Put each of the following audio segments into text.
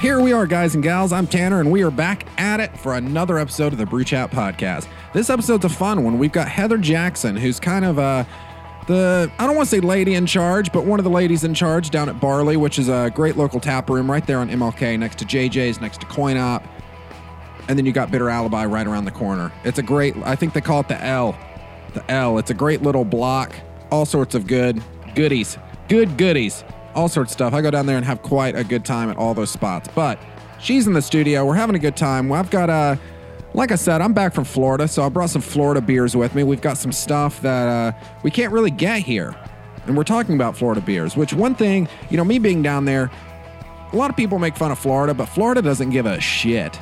Here we are, guys and gals. I'm Tanner, and we are back at it for another episode of the Brew Chat podcast. This episode's a fun one. We've got Heather Jackson, who's kind of uh, the I don't want to say lady in charge, but one of the ladies in charge down at Barley, which is a great local tap room right there on MLK, next to JJ's, next to Coin Op, and then you got Bitter Alibi right around the corner. It's a great. I think they call it the L, the L. It's a great little block. All sorts of good goodies, good goodies, all sorts of stuff. I go down there and have quite a good time at all those spots. But she's in the studio. We're having a good time. Well, I've got a. Like I said, I'm back from Florida, so I brought some Florida beers with me. We've got some stuff that uh, we can't really get here. And we're talking about Florida beers, which one thing, you know, me being down there, a lot of people make fun of Florida, but Florida doesn't give a shit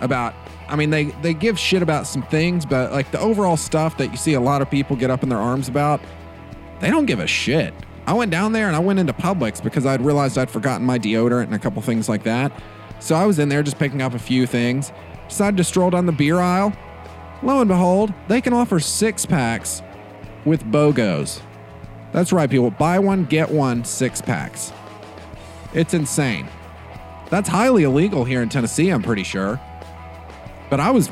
about. I mean, they they give shit about some things, but like the overall stuff that you see a lot of people get up in their arms about, they don't give a shit. I went down there and I went into Publix because I'd realized I'd forgotten my deodorant and a couple things like that. So I was in there just picking up a few things. Decided to stroll down the beer aisle. Lo and behold, they can offer six packs with BOGOs. That's right, people. Buy one, get one, six packs. It's insane. That's highly illegal here in Tennessee, I'm pretty sure. But I was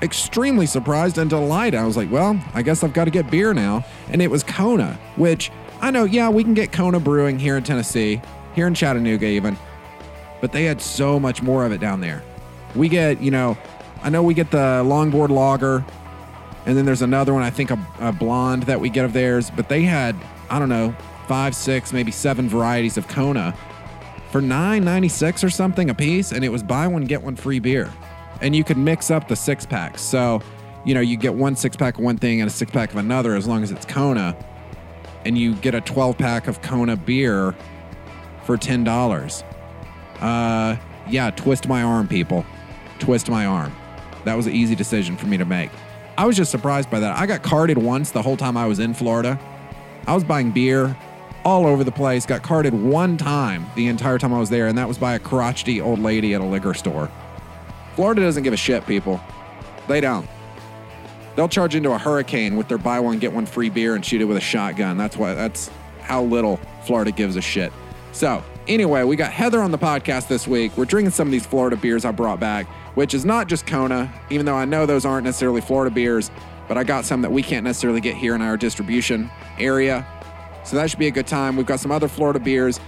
extremely surprised and delighted. I was like, well, I guess I've got to get beer now. And it was Kona, which I know, yeah, we can get Kona brewing here in Tennessee, here in Chattanooga, even. But they had so much more of it down there. We get, you know, I know we get the longboard lager, and then there's another one, I think a, a blonde that we get of theirs, but they had, I don't know, five, six, maybe seven varieties of Kona for nine ninety six or something a piece, and it was buy one get one free beer, and you could mix up the six packs. So, you know, you get one six pack of one thing and a six pack of another, as long as it's Kona, and you get a twelve pack of Kona beer for ten dollars. Uh, yeah, twist my arm, people, twist my arm. That was an easy decision for me to make. I was just surprised by that. I got carded once the whole time I was in Florida. I was buying beer all over the place, got carded one time the entire time I was there, and that was by a crotchety old lady at a liquor store. Florida doesn't give a shit, people. They don't. They'll charge into a hurricane with their buy one, get one free beer and shoot it with a shotgun. That's why that's how little Florida gives a shit. So, anyway, we got Heather on the podcast this week. We're drinking some of these Florida beers I brought back, which is not just Kona, even though I know those aren't necessarily Florida beers, but I got some that we can't necessarily get here in our distribution area. So that should be a good time. We've got some other Florida beers.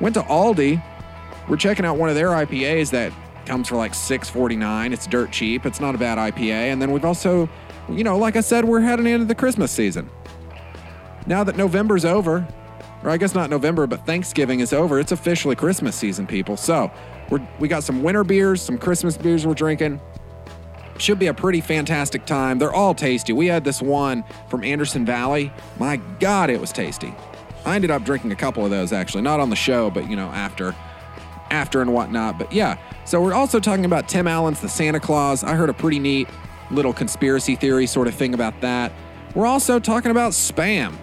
Went to Aldi. We're checking out one of their IPAs that comes for like 6.49. It's dirt cheap. It's not a bad IPA. And then we've also, you know, like I said, we're heading into the Christmas season. Now that November's over, or I guess not November, but Thanksgiving is over, it's officially Christmas season, people. So we're, we got some winter beers, some Christmas beers we're drinking should be a pretty fantastic time. They're all tasty. We had this one from Anderson Valley. My God, it was tasty. I ended up drinking a couple of those actually, not on the show, but you know, after, after and whatnot. But yeah, so we're also talking about Tim Allen's The Santa Claus. I heard a pretty neat little conspiracy theory sort of thing about that. We're also talking about spam.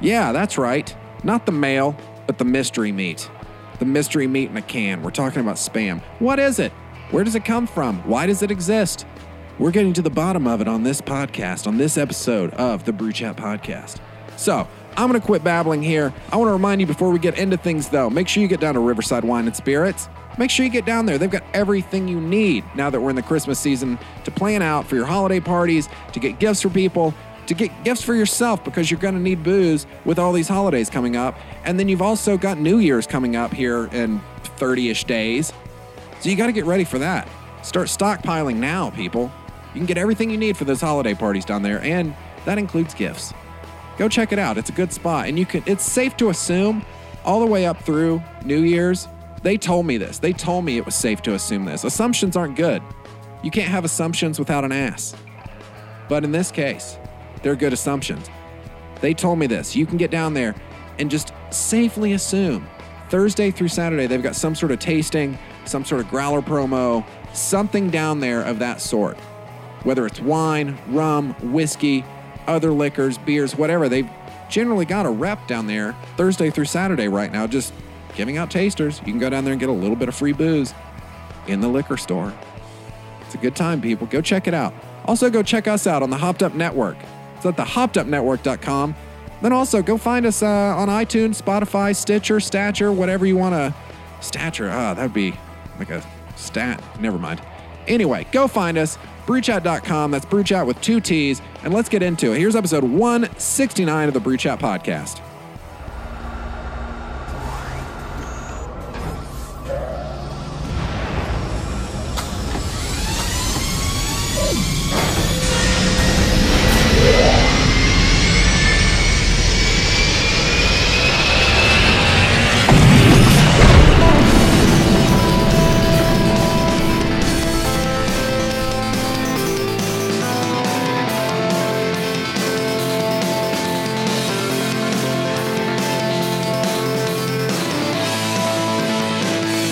Yeah, that's right. Not the mail, but the mystery meat. The mystery meat in a can. We're talking about spam. What is it? Where does it come from? Why does it exist? We're getting to the bottom of it on this podcast, on this episode of the Brew Chat Podcast. So, I'm going to quit babbling here. I want to remind you before we get into things, though, make sure you get down to Riverside Wine and Spirits. Make sure you get down there. They've got everything you need now that we're in the Christmas season to plan out for your holiday parties, to get gifts for people, to get gifts for yourself because you're going to need booze with all these holidays coming up. And then you've also got New Year's coming up here in 30 ish days. So you got to get ready for that. Start stockpiling now, people. You can get everything you need for those holiday parties down there, and that includes gifts. Go check it out. It's a good spot, and you can. It's safe to assume, all the way up through New Year's. They told me this. They told me it was safe to assume this. Assumptions aren't good. You can't have assumptions without an ass. But in this case, they're good assumptions. They told me this. You can get down there and just safely assume Thursday through Saturday, they've got some sort of tasting, some sort of growler promo, something down there of that sort. Whether it's wine, rum, whiskey, other liquors, beers, whatever, they've generally got a rep down there Thursday through Saturday right now, just giving out tasters. You can go down there and get a little bit of free booze in the liquor store. It's a good time, people. Go check it out. Also, go check us out on the Hopped Up Network. It's at thehoppedupnetwork.com. Then also go find us uh, on iTunes, Spotify, Stitcher, Stature, whatever you want to Stature. Ah, that'd be like a stat. Never mind. Anyway, go find us. Brewchat.com. That's Brewchat with two T's. And let's get into it. Here's episode 169 of the Brewchat podcast.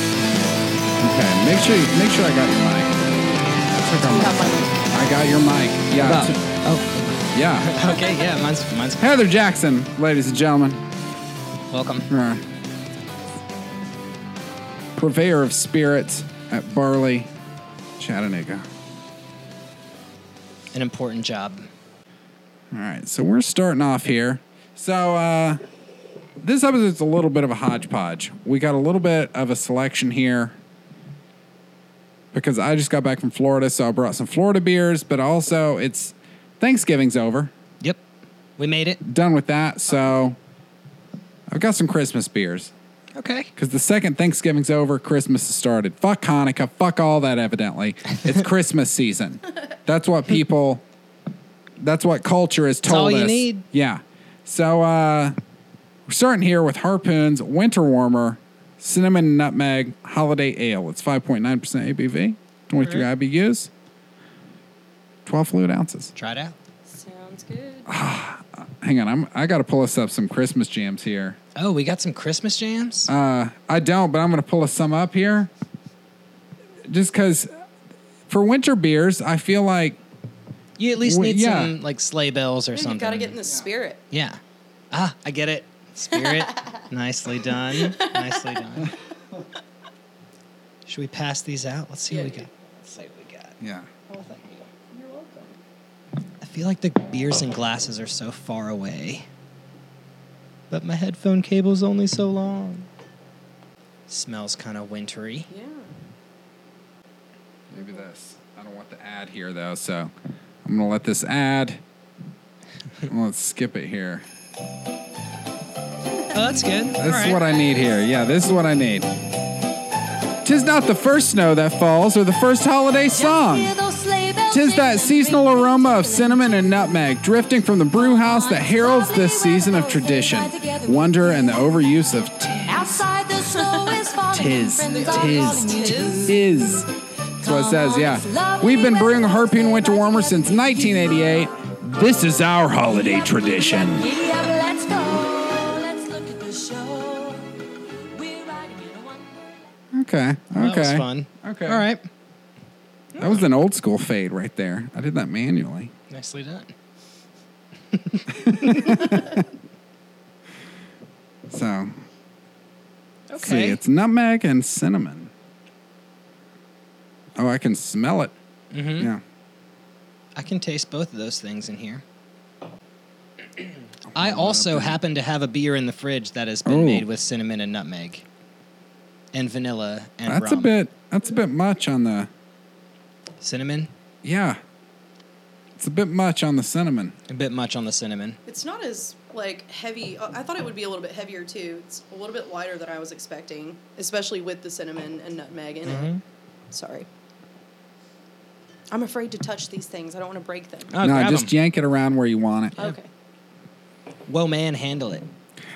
Okay, make sure make sure I got your mic. Check on Got my- I got your mic. Yeah, Up. it's- Oh, yeah. okay, yeah, mine's mine's Heather Jackson, ladies and gentlemen, welcome. uh, purveyor of spirits at Barley, Chattanooga. An important job. All right, so we're starting off here. So uh, this episode's a little bit of a hodgepodge. We got a little bit of a selection here because I just got back from Florida, so I brought some Florida beers. But also, it's Thanksgiving's over, Yep, we made it. done with that. So I've got some Christmas beers Okay. because the second Thanksgiving's over, Christmas has started. Fuck Hanukkah, fuck all that. Evidently, it's Christmas season. That's what people. That's what culture has told all you us. need. Yeah. So uh, we're starting here with Harpoon's Winter Warmer Cinnamon and Nutmeg Holiday Ale. It's 5.9% ABV, 23 IBUs, 12 fluid ounces. Try it out. Sounds good. Hang on, I'm, I got to pull us up some Christmas jams here. Oh, we got some Christmas jams. Uh, I don't, but I'm going to pull us some up here. Just because for winter beers, I feel like you at least we- need yeah. some like sleigh bells or Dude, something. you gotta get in the spirit. yeah. Ah, I get it. Spirit. Nicely done. Nicely done. Should we pass these out? Let's see what we Yeah. got. Let's see what we got. yeah. Oh, thank you. You're welcome. I feel like the beers and glasses are so far away. But my headphone cable's only so long. Smells kind of wintry. Yeah. Maybe this. I don't want the ad here though, so I'm gonna let this ad. Let's skip it here. Oh, that's good. This is what I need here. Yeah, this is what I need. Tis not the first snow that falls or the first holiday song. Tis that seasonal aroma of cinnamon and nutmeg drifting from the brew house that heralds this season of tradition, wonder, and the overuse of Outside the snow is falling. Tis, and friends are tis, calling you. tis. That's what it says, yeah. We've been brewing Harpoon Winter Warmer since 1988. This is our holiday tradition. Giddy up, let's go. Let's look at the show. We're riding in a wonderland. Okay, okay. That was fun. Okay. All right. That was an old school fade right there. I did that manually. Nicely done. So, Okay. see, it's nutmeg and cinnamon. Oh, I can smell it. Mhm. Yeah. I can taste both of those things in here. I also happen to have a beer in the fridge that has been Oh. made with cinnamon and nutmeg and vanilla and That's rum. a bit that's a bit much on the cinnamon. yeah. It's a bit much on the cinnamon. A bit much on the cinnamon. It's not as like heavy. oh, I I thought it would be a little bit heavier too. It's a little bit lighter than I was expecting, especially with the cinnamon and nutmeg in Mm-hmm. it. Sorry. I'm afraid to touch these things. I don't want to break them. Oh, no, grab Oh. just 'em. yank it around where you want it. Okay. Whoa, man, handle it.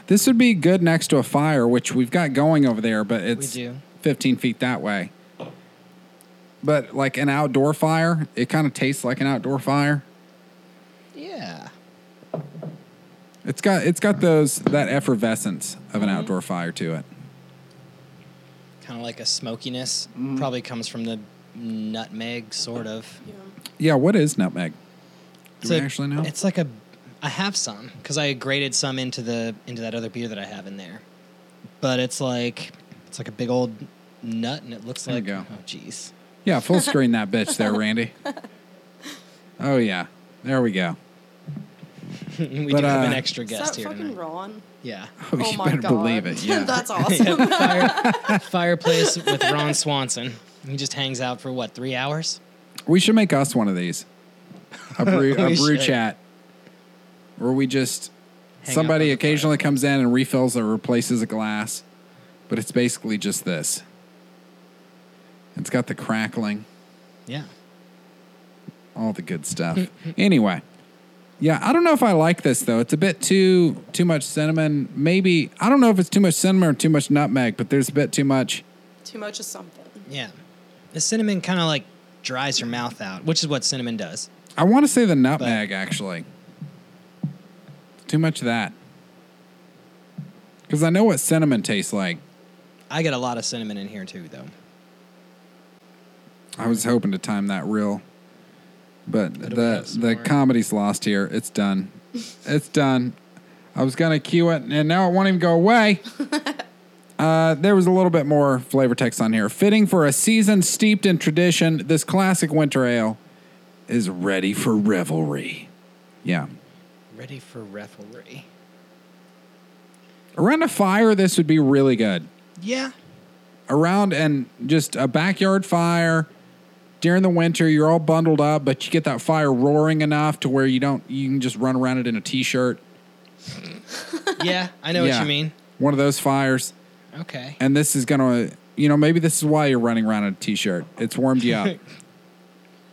This would be good next to a fire, which we've got going over there, but it's do. 15 feet that way. But like an outdoor fire, it kind of tastes like an outdoor fire. Yeah. It's got it's got those that effervescence of an Mm-hmm. outdoor fire to it. Kind of like a smokiness. Mm-hmm. Probably comes from the nutmeg, sort of. Yeah. Yeah, what is nutmeg? Do It's we a- actually know? It's like a. I have some because I grated some into the into that other beer that I have in there, but it's like it's like a big old nut, and it looks There you like go. oh jeez, Yeah, full screen that bitch there, Randy. Oh yeah, there we go. we But, do have an uh, extra Is guest that here fucking tonight. Ron? Yeah. Oh, oh you my better god, believe it. Yeah. that's Yeah, awesome. fire, fireplace with Ron Swanson. He just hangs out for what, three hours? we should make us one of these. A brew, a brew We should. chat. Where we just Hang out by somebody the occasionally comes in and refills or replaces a glass, but it's basically just this. It's got the crackling. Yeah. all the good stuff. Mm-hmm. anyway, yeah, I don't know if I like this though. It's a bit too too much cinnamon. Maybe I don't know if it's too much cinnamon or too much nutmeg, but there's a bit too much. Too much of something. Yeah. The cinnamon kind of like dries your mouth out, which is what cinnamon does. I want to say the nutmeg actually. Too much of that. Because I know what cinnamon tastes like. I get a lot of cinnamon in here too, though. I was hoping to time that real, but we the have some the more? comedy's lost here. It's done. it's done. I was gonna cue it, and now it won't even go away. Uh, there was a little bit more flavor text on here. Fitting for a season steeped in tradition, this classic winter ale is ready for revelry. Yeah. Ready for revelry. Around a fire, this would be really good. Yeah. around and just a backyard fire during the winter you're all bundled up but you get that fire roaring enough to where you don't you can just run around it in a t-shirt Yeah, I know what Yeah. you mean. one of those fires Okay. and this is gonna you know maybe this is why you're running around in a t-shirt it's warmed you up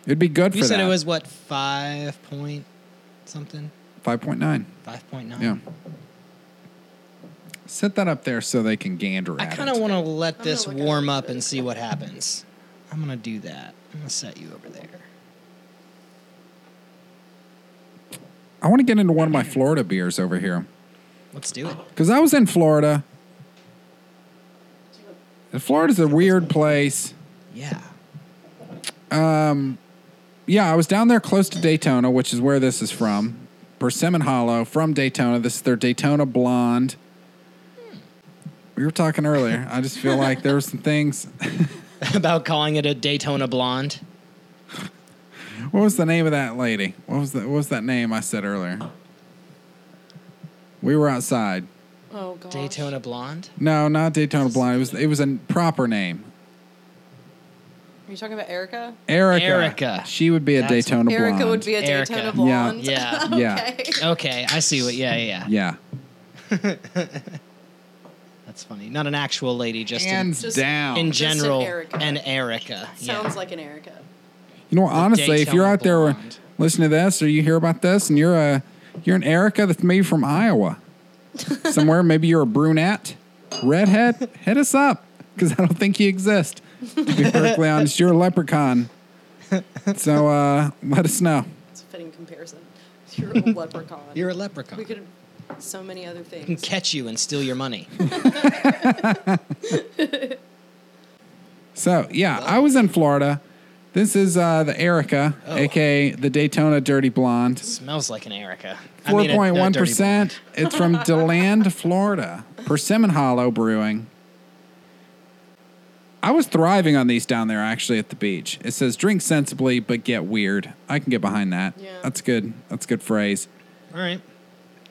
it'd be good You for said that it was what, five point something? 5.9 Five point nine. yeah set that up there so they can gander I at kind it. of want to let I'm this gonna look at warm it. up and see what happens. I'm gonna do that. I'm gonna set you over there. I want to get into one of my Florida beers over here Let's do it. Because I was in Florida. And Florida's a weird place. Yeah. Yeah, I was down there close to Daytona, which is where this is from. Persimmon Hollow from Daytona. This is their Daytona Blonde. We were talking earlier. I just feel like there were some things. About calling it a Daytona blonde. What was the name of that lady? What was the, what was that name I said earlier? We were outside. Oh god. Daytona blonde. No, not Daytona Blonde. It was it was a proper name. Are you talking about Erica? Erica. Erica. She would be a That's- Daytona Blonde. Erica would be a Erica. Daytona Yeah. blonde. Yeah. Yeah. okay. Okay, I see what. Yeah, yeah, yeah. Yeah. That's funny. Not an actual lady, just in, Hands Just- down. in Just an general. Erica. An Erica. Yeah. Sounds like an Erica. You know, honestly, if Daytona you're out there Blonde. listening to this or you hear about this and you're a you're an Erica that's maybe from Iowa, somewhere, maybe you're a brunette, redhead, hit us up because I don't think you exist. To be perfectly honest, you're a leprechaun. So uh, let us know. It's a fitting comparison. You're a leprechaun. You're a leprechaun. we could so many other can things. catch you and steal your money. So yeah, I was in Florida. This is uh, the Erica, Oh. aka the Daytona Dirty Blonde. Smells like an Erica. I Four mean, a- a point one dirty blonde. percent. It's from Deland, Florida. Persimmon Hollow Brewing. I was thriving on these down there actually at the beach. It says drink sensibly but get weird. I can get behind that. Yeah. That's good. That's a good phrase. All right.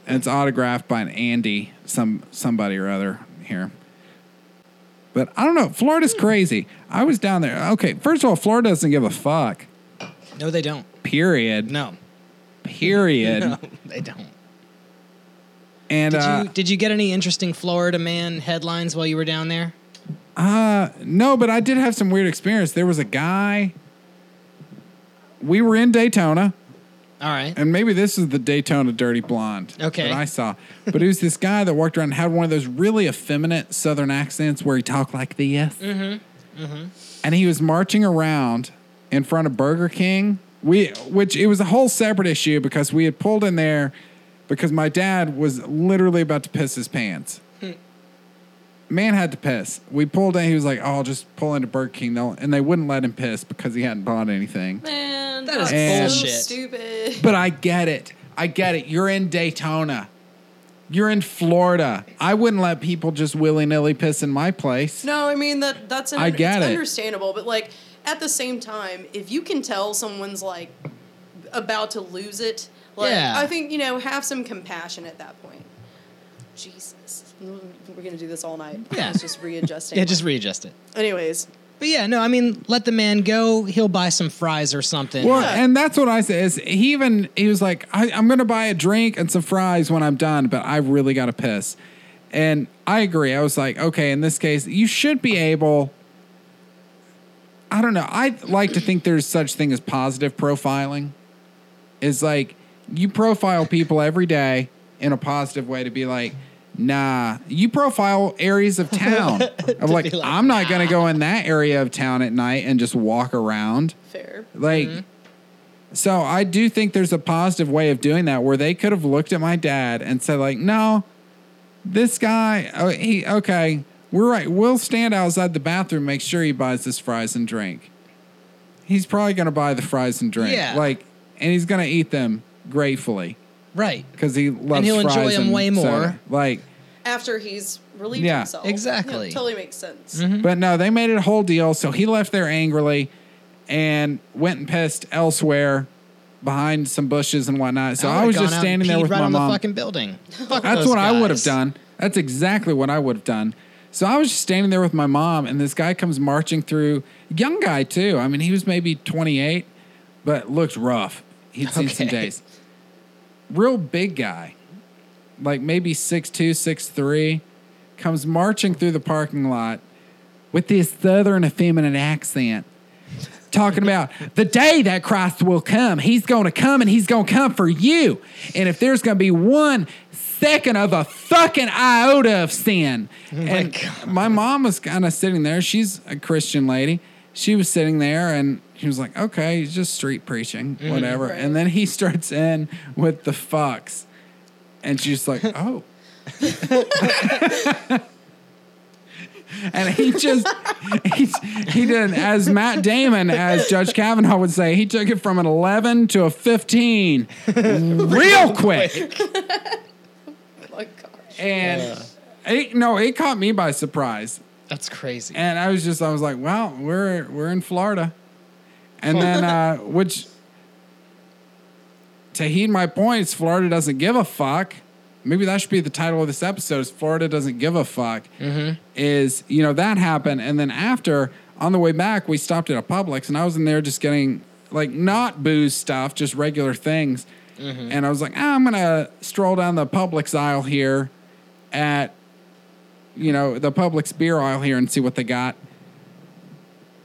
And it's autographed by an Andy, some somebody or other here. But I don't know. Florida's Hmm. crazy. I was down there. Okay, first of all, Florida doesn't give a fuck. No, they don't. Period. No. Period. No, they don't. And Did uh, you did you get any interesting Florida man headlines while you were down there? Uh, no, but I did have some weird experience. There was a guy. We were in Daytona, All right. and maybe this is the Daytona Dirty Blonde Okay. that I saw. But it was this guy that walked around and had one of those really effeminate Southern accents where he talked like this. Mm-hmm. Mm-hmm. And he was marching around in front of Burger King. We, which it was a whole separate issue because we had pulled in there because my dad was literally about to piss his pants man had to piss. We pulled in. He was like, "Oh, I'll just pull into Burger King," though, and they wouldn't let him piss because he hadn't bought anything. Man, That is that's bullshit. So stupid. But I get it. I get it. You're in Daytona. You're in Florida. I wouldn't let people just willy nilly piss in my place. No, I mean that that's an, I get it's it. understandable, but like at the same time, if you can tell someone's like about to lose it, like Yeah. I think you know have some compassion at that point. Jesus. We're going to do this all night. Yeah. It's just readjusting. Yeah, just readjust it. Anyways, But yeah, no, I mean, let the man go. He'll buy some fries or something. Well, and that's what I said. Is he even? He was like, I, "I'm going to buy a drink and some fries when I'm done, but I really got to piss." And I agree. I was like, "Okay, in this case, you should be able." I don't know. I like to think there's such thing as positive profiling. Is like you profile people every day in a positive way to be like, nah. You profile areas of town of like, be like, I'm not going to go in that area of town at night and just walk around. fair. Like, Mm-hmm. so I do think there's a positive way of doing that where they could have looked at my dad and said, like, no, this guy, oh, he, okay, we're right. We'll stand outside the bathroom, make sure he buys this fries and drink. He's probably going to buy the fries and drink. Yeah. Like, and he's going to eat them gratefully Right. because he loves he'll enjoy fries them and way more. soda. Like, After he's relieved Yeah, himself. exactly. Mm-hmm. Yeah, totally makes sense. But no, they made it a whole deal. So he left there angrily and went and pissed elsewhere behind some bushes and whatnot. So I, would've was gone just out standing and there peed with right my on mom. the fucking building. Fuck That's those what I would have guys. done. That's exactly what I would have done. So I was just standing there with my mom, and this guy comes marching through. Young guy too. I mean, he was maybe 28, but looked rough. He'd seen some Okay. days. Real big guy, like maybe 6'2", 6'3", comes marching through the parking lot with this southern effeminate accent talking about the day that Christ will come. He's going to come and he's going to come for you. And if there's going to be one second of a fucking iota of sin. and my mom was kind of sitting there. She's a Christian lady. She was sitting there and she was like, okay, he's just street preaching, whatever. Right. And then he starts in with the fucks. And she's like, oh. and he just he, he did as Matt Damon as Judge Kavanaugh would say he took it from an 11 to a 15 real quick Oh my gosh. and it, no it caught me by surprise That's crazy. and I was just I was like wow we're we're in Florida and then uh which to heed my points Florida doesn't give a fuck maybe that should be the title of this episode is Florida doesn't give a fuck is you know that happened and then after on the way back we stopped at a Publix and I was in there just getting like not booze stuff just regular things and I was like ah, I'm gonna stroll down the Publix aisle here at you know the Publix beer aisle here and see what they got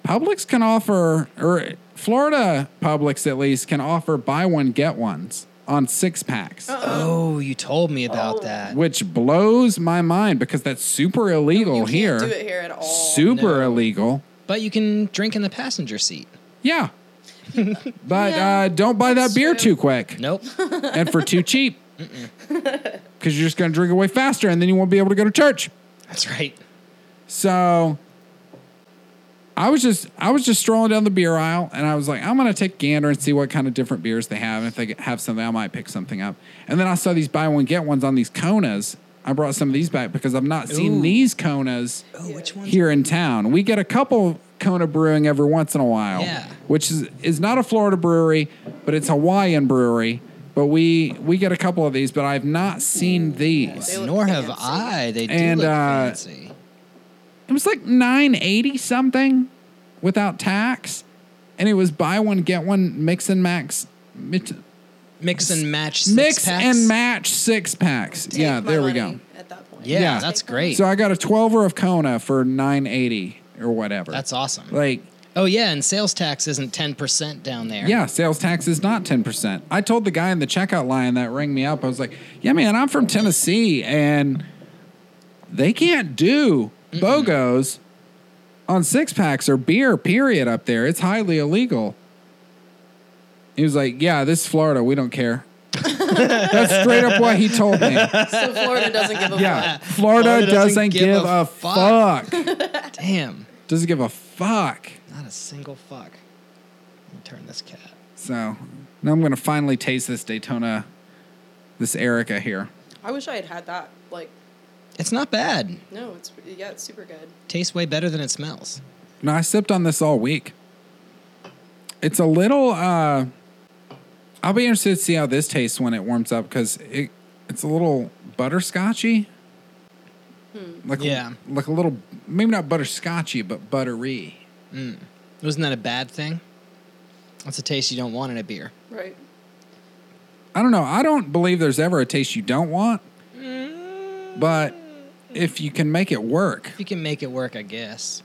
Publix can offer, or Florida Publix at least can offer buy one get ones on six packs, oh, you told me about Oh. that. which blows my mind because that's super illegal You here. Can't do it Oh, here at all. Super No. illegal. But you can drink in the passenger seat. Yeah, but Yeah, uh, don't buy that that's beer too true. quick Nope. and for too cheap, because you're just gonna drink away faster and then you won't be able to go to church. That's right. So I was just I was just strolling down the beer aisle and I was like, I'm gonna take a gander and see what kind of different beers they have. And if they have something, I might pick something up. And then I saw these buy one get ones on these Konas. I brought some of these back because I've not seen Ooh. these Konas Oh, which one's here in town. We get a couple Kona brewing every once in a while. Yeah. Which is, is not a Florida brewery, but it's Hawaiian brewery. But we we get a couple of these, but I've not seen these. They look Nor have fancy. I. They do And, look uh, fancy. it was like 980 something without tax and it was buy one get one mix and max mit- Mix and match six mix packs. and match six packs Take yeah my there we money go At that point. Yeah, Yeah. that's great. so i got a 12er of kona for 980 or whatever that's awesome. like oh yeah, and sales tax isn't ten percent down there. yeah sales tax is not 10% i told the guy in the checkout line that rang me up i was like yeah man i'm from tennessee and they can't do bogos on six packs or beer, period, up there. It's highly illegal. He was like, Yeah, this is Florida. We don't care. That's straight up what he told me. So Florida doesn't give a Yeah. fuck. Florida, doesn't, give, a, fuck. Damn. Doesn't give a fuck. Not a single fuck. Let me turn this cat. So now I'm going to finally taste this Daytona, this Erica here. I wish I had had that. Like, It's not bad. no, it's yeah, it's super good. Tastes way better than it smells. No, I sipped on this all week. It's a little. uh I'll be interested to see how this tastes when it warms up because it it's a little butterscotchy. Like Yeah. like a little maybe not butterscotchy, but buttery. Wasn't that a bad thing? That's a taste you don't want in a beer. Right. I don't know. I don't believe there's ever a taste you don't want. But if you can make it work, If you can make it work, I guess.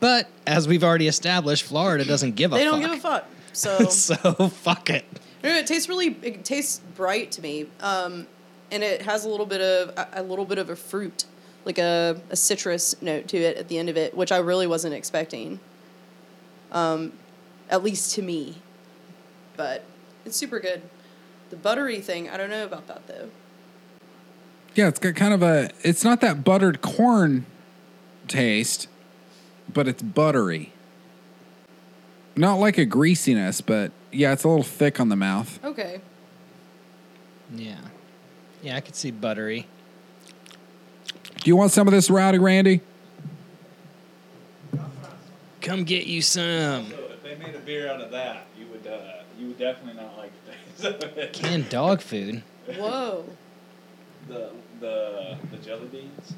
But as we've already established, Florida doesn't give a They fuck. don't give a fuck. So so fuck it. No, no, it tastes really. It tastes bright to me, um, and it has a little bit of a, a little bit of a fruit, like a, a citrus note to it at the end of it, which I really wasn't expecting. Um, at least to me, but it's super good. The buttery thing, I don't know about that though. yeah, it's got kind of a it's not that buttered corn taste, but it's buttery. Not like a greasiness, but yeah, it's a little thick on the mouth. Okay, Yeah. Yeah, I could see buttery. Do you want some of this rowdy Randy? Come get you some. So if they made a beer out of that, you would uh, you would definitely not like the Canned dog food. whoa. the the the jelly beans.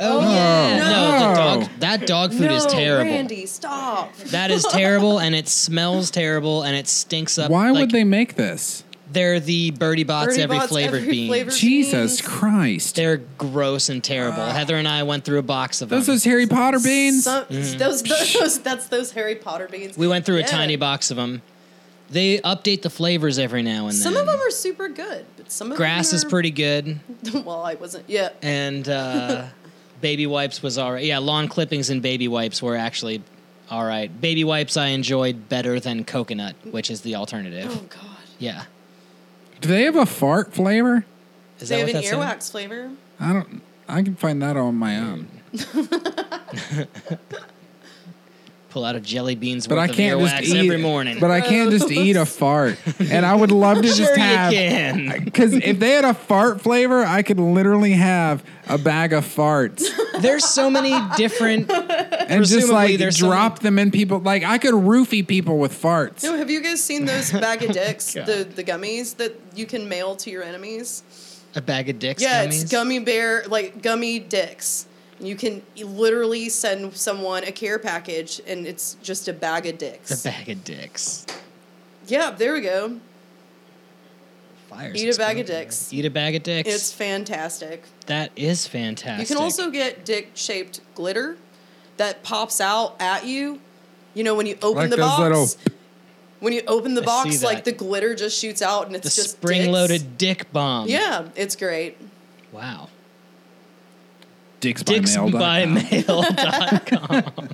Oh, yeah. No, the dog, No. that dog food is terrible. Randy, stop. That is terrible, and it smells terrible, and it stinks up. Why Uh, like, would they make this? They're the birdie bots Birdie every Bots, flavored every bean. flavored- Jesus beans. Christ. They're gross and terrible. Ah. Heather and I went through a box of Those them. those Harry Potter beans? Some, those, those, that's those Harry Potter beans. Mm. we went through a Yeah. tiny box of them. They update the flavors every now and then. Some of them are super good, but some of Mm. grass them is are- pretty good, well, I wasn't. Yeah, and uh, baby wipes was all right. Yeah, lawn clippings and baby wipes were actually all right. Baby wipes I enjoyed better than coconut, which is the alternative. Oh God. Yeah, Do they have a fart flavor? is that they have what an that's in? earwax flavor. I don't. I can find that on my own, Pull out a jelly beans but worth I can't of just earwax eat every morning. But I can't just eat a fart, and I would love to just sure have. you can. Because if they had a fart flavor, I could literally have a bag of farts There's so many different. and just Presumably like there's drop them in people. Like I could roofie people with farts. No, have you guys seen those bag of dicks, the the gummies that you can mail to your enemies? A bag of dicks. Yeah, gummies. it's gummy bear like gummy dicks. You can literally send someone a care package, and it's just a bag of A dicks. bag of dicks. yeah, there we go. Fires Eat a bag of exploding. dicks. Eat a bag of dicks. It's fantastic. that is fantastic. You can also get dick shaped glitter that pops out at you. You know when you open Like the those box. little- when you open the I see box, that. like the glitter just shoots out, and it's the just spring dicks. loaded dick bomb. Yeah, it's great. Wow. Dicks by Dicks mail. by mail dot com.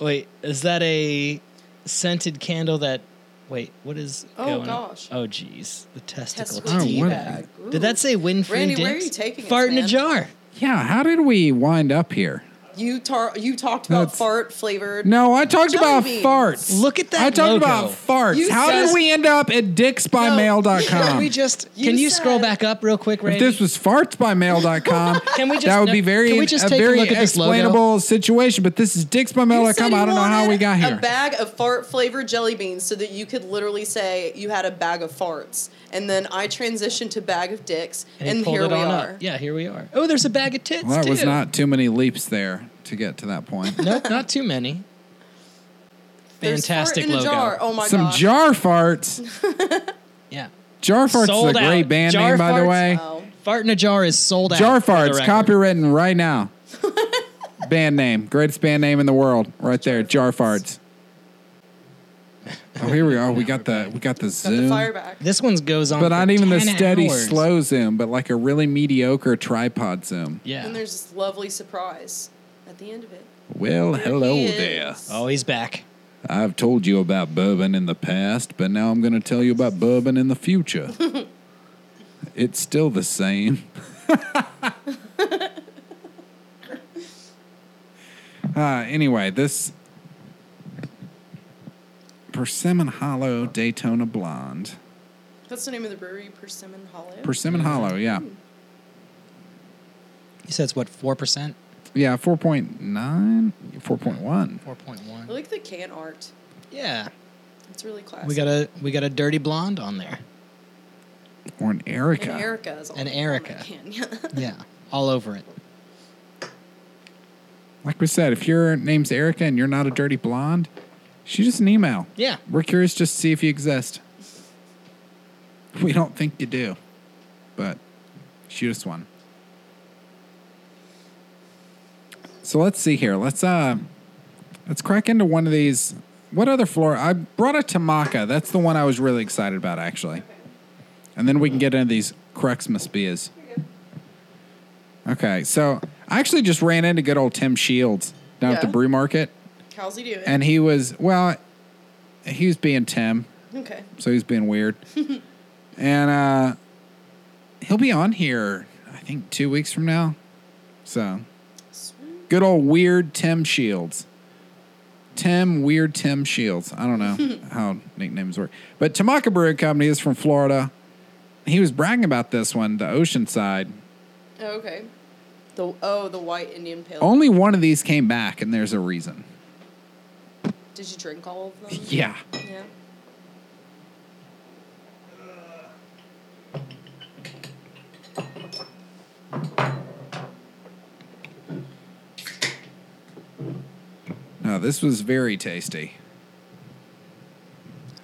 Wait, is that a scented candle that? Wait, what is? Oh, going on? gosh. Oh geez, the testicle Testicle tea tea bag. bag. Ooh. Did that say win free Randy, dicks? where are you taking us, Fart in man? a jar. yeah. How did we wind up here? You tar- you talked about That's- fart flavored. No, I talked Jelly about beans. farts. Look at that I talked about logo. farts. You how said- did we end up at dicksbymail.com? we just You can you said- scroll back up real quick, If Randy? this was fartsbymail.com, Can we just- that would be no, very can we just a take a very look at this logo? explainable situation. But this is You said dicksbymail.com. you I don't know how wanted we got here. A bag of fart flavored jelly beans, so that you could literally say you had a bag of farts, and then I transitioned to bag of dicks, he and, pulled here it we on are. Up. Yeah, here we are. Oh, there's a bag of tits well, that too. was not too many leaps there to get to that point. Nope, not too many. There's fart Fantastic in a logo. jar. Oh my Some gosh. jar farts. Yeah. Jar farts Sold is a great out. band Jar name, by the farts, way. Wow. Fart in a jar is sold out. jar for farts, the record. copywritten right now. band name, greatest band name in the world, right there. Jar farts. Oh, here we are. We got the we got the Got the zoom. fire back. This one's goes on. But for not even the 10 steady hours. slow zoom, but like a really mediocre tripod zoom. Yeah. And there's this lovely surprise at the end of it. Well, hello He there. is. oh, he's back. I've told you about bourbon in the past, but now I'm going to tell you about bourbon in the future. it's still the same. uh, anyway, this Persimmon Hollow Daytona Blonde. That's the name of the brewery, Persimmon Hollow. Persimmon Hollow, yeah. You said it's what four percent, Yeah, 4.9, 4.1. four point I one. like the can art. Yeah. It's really classic. We got a we got a dirty blonde on there. Or an Erica. And Erica is all And over Erica. again, yeah. Yeah, all over it. Like we said, if your name's Erica and you're not a dirty blonde, shoot us an email. Yeah. We're curious just to see if you exist. We don't think you do, but shoot us one. So let's see here. Let's uh, let's crack into one of these. What other floor? I brought a Tamaka. That's the one I was really excited about, actually. And then we can get into these Cruxmas beers. Okay, so I actually just ran into good old Tim Shields down at the Yeah. brew market, How's he doing? and he was well, he was being Tim okay. so he's been weird. and uh, he'll be on here, I think, two weeks from now. So, good old weird Tim Shields. Tim Weird Tim Shields. I don't know how nicknames work. But Tamaka Brewing Company is from Florida. He was bragging about this one, the Oceanside. Oh, okay. The oh, the white Indian pale. Oh. Only one of these came back, and there's a reason. Did you drink all of them? Yeah. Yeah. No, this was very tasty.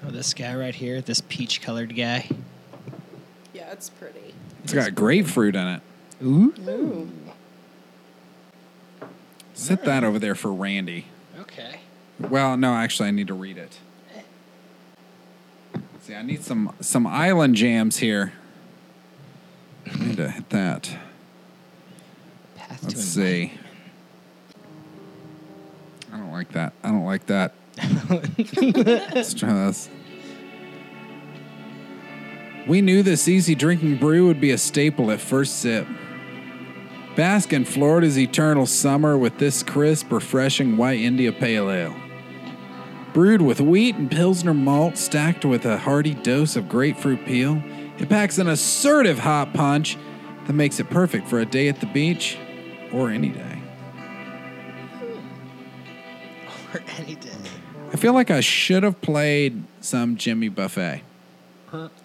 Oh, this guy right here, this peach-colored guy. Yeah, it's pretty. It's got grapefruit in it. Ooh. Ooh. Set that over there for Randy. Okay. Well, no, actually, I need to read it. See, I need some some island jams here. I need to hit that. Path Let's to see. I don't like that. I don't like that. Let's try this. We knew this easy drinking brew would be a staple at first sip. Bask in Florida's eternal summer with this crisp, refreshing white India Pale Ale. Brewed with wheat and Pilsner malt, stacked with a hearty dose of grapefruit peel, it packs an assertive hot punch that makes it perfect for a day at the beach or any day. Or any day. I feel like I should have played some Jimmy Buffet.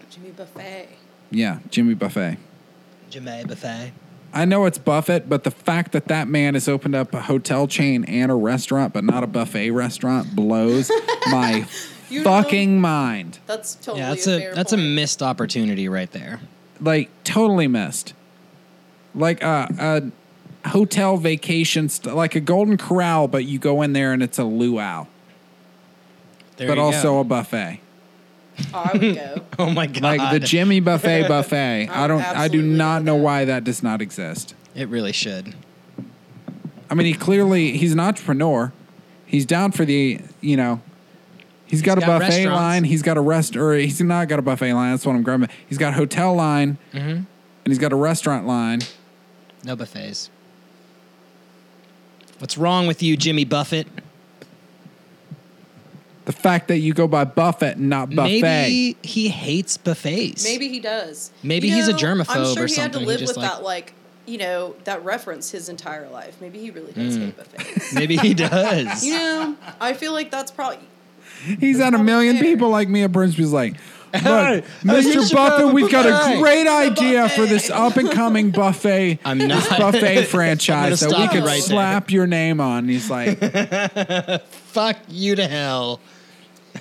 Jimmy Buffet. Yeah, Jimmy Buffet. Jemay Buffet. I know it's Buffett, but the fact that that man has opened up a hotel chain and a restaurant, but not a buffet restaurant, blows my You know- fucking mind. That's totally Yeah, that's a, a fair that's a point. missed opportunity right there. Like, totally missed. Like uh, a hotel vacation, st- like a Golden Corral, but you go in there and it's a luau, There but you also go. a buffet. Oh, I would go. Oh my god. Like the Jimmy Buffet buffet. I would don't. I do absolutely not go know there. why that does not exist. It really should. I mean, he clearly he's an entrepreneur. He's down for the you know. He's got He's a got buffet restaurants. line. He's got a rest, or he's not got a buffet line. That's what I'm grabbing. He's got a hotel line, Mm-hmm. and he's got a restaurant line. No buffets. What's wrong with you, Jimmy Buffett? The fact that you go by buffet and not buffet. Maybe he hates buffets. Maybe he does. Maybe he's a I'm germaphobe sure or he had to something, live just with like- that, like you know, that reference his entire life. Maybe he really Hmm. does hate buffets. Maybe he does. you know, I feel like that's probably. He's had a not million fair. people like me at Brimsby's like, Look, you Mr. should have Buffett, a we've got a buffet. great idea for this up and coming buffet I'm not. buffet franchise that we stop could right there. slap your name on. And he's like, Fuck you to hell.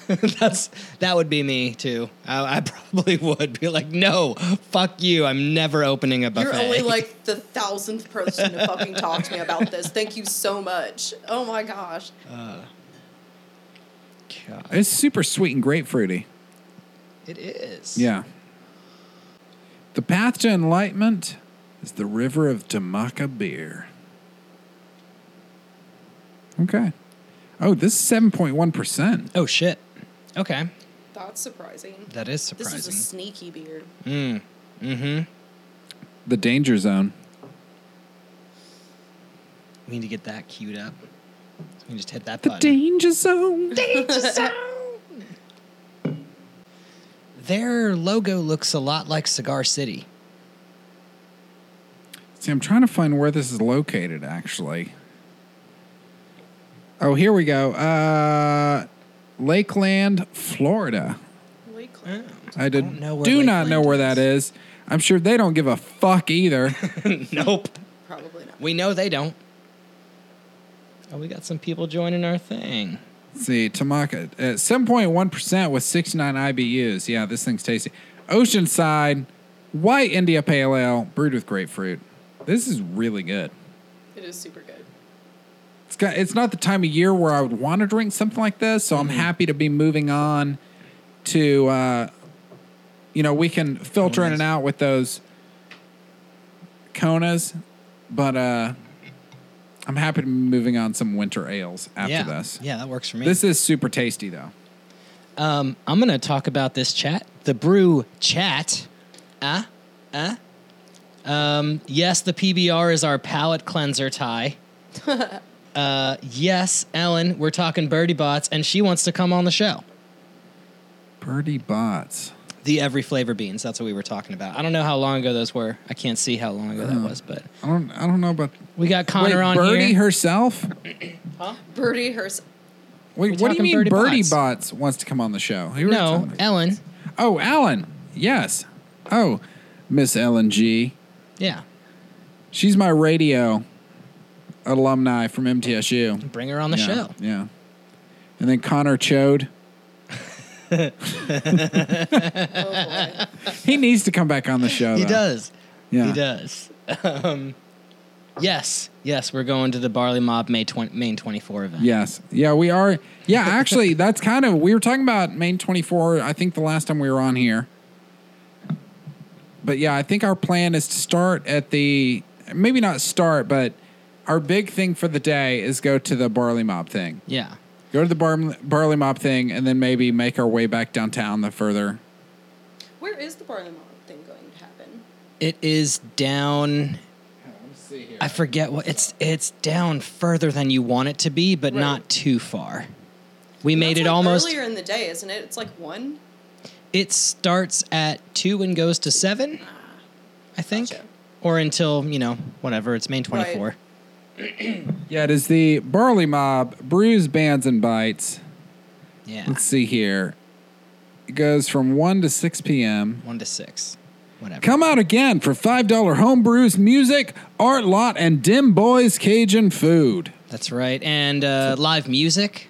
That's that would be me too. I, I probably would be like, no, fuck you. I'm never opening a buffet. You're only like the thousandth person to fucking talk to me about this. Thank you so much. Oh my gosh. God, it's super sweet and grapefruity. it is. Yeah. The path to enlightenment is the river of Damaka beer. Okay. Oh, this is 7.1%. Oh shit. Okay, That's surprising. that is This is a surprising. sneaky beer. Mm. Mm-hmm. The danger zone. We need to get that queued up. We can just hit that The button. danger zone. Their logo looks a lot like Cigar City. See, I'm trying to find where this is located, actually. Oh, here we go. Uh, Lakeland, Florida. Eh. I did, don't know where do not Lakeland know where that is. I'm sure they don't give a fuck either. nope. Probably not. We know they don't. Oh, we got some people joining our thing. Let's see, Tamaka, uh, 7.1% with 69 IBUs. Yeah, this thing's tasty. Oceanside, white India Pale Ale, brewed with grapefruit. This is really good. It is super good. It's got, it's not the time of year where I would want to drink something like this, so Mm-hmm. I'm happy to be moving on to, uh, you know, we can filter in Konas. and out with those Konas, but uh, I'm happy to be moving on some winter ales after yeah. this. Yeah, that works for me. This is super tasty though. Um, I'm going to talk about this chat, the brew chat. Ah, ah. Um, yes, the PBR is our palate cleanser tie. uh, yes, Ellen, we're talking Birdie Bots, and she wants to come on the show. Birdie bots. The every flavor beans, that's what we were talking about. I don't know how long ago those were. I can't see how long ago that was, but I don't. I don't know about we got Connor Wait, on Birdie here. herself. Birdie Hurst. Wait, what do talking you mean? Birdie Birdie, Bots. bots. wants to come on the show. Who are you no, talking about? Ellen. Oh, Alan. Yes. Oh, Miss Ellen G. Yeah. She's my radio alumni from MTSU. Bring her on the yeah, show. Yeah. And then Connor Chode. Oh Eh, boy. He needs to come back on the show. He though. does. Yeah. He does. Um, yes. Yes, we're going to the Barley Mob May 20, Main 24 event. Yes. Yeah, we are. Yeah, actually, that's kind of we were talking about Main 24 I think the last time we were on here. But yeah, I think our plan is to start at the maybe not start, but our big thing for the day is go to the Barley Mob thing. Yeah. Go to the bar, Barley Mob thing and then maybe make our way back downtown the further. Where is the Barley Mob thing going to happen? It is down. I forget what it's. It's down further than you want it to be, but Right. not too far. We made That's, it like, almost. earlier in the day, isn't it? It's like one. It starts at two and goes to seven, I think, Gotcha. or until you know whatever. It's Main 24. Right. Yeah, it is the Barley Mob Brews, Bands, and Bites. Yeah. Let's see here. It goes from 1 to 6 p.m. One to six. Whatever. Come out again for $5 homebrews, music, art lot, and Dim Boys Cajun food. That's right. And uh, live music.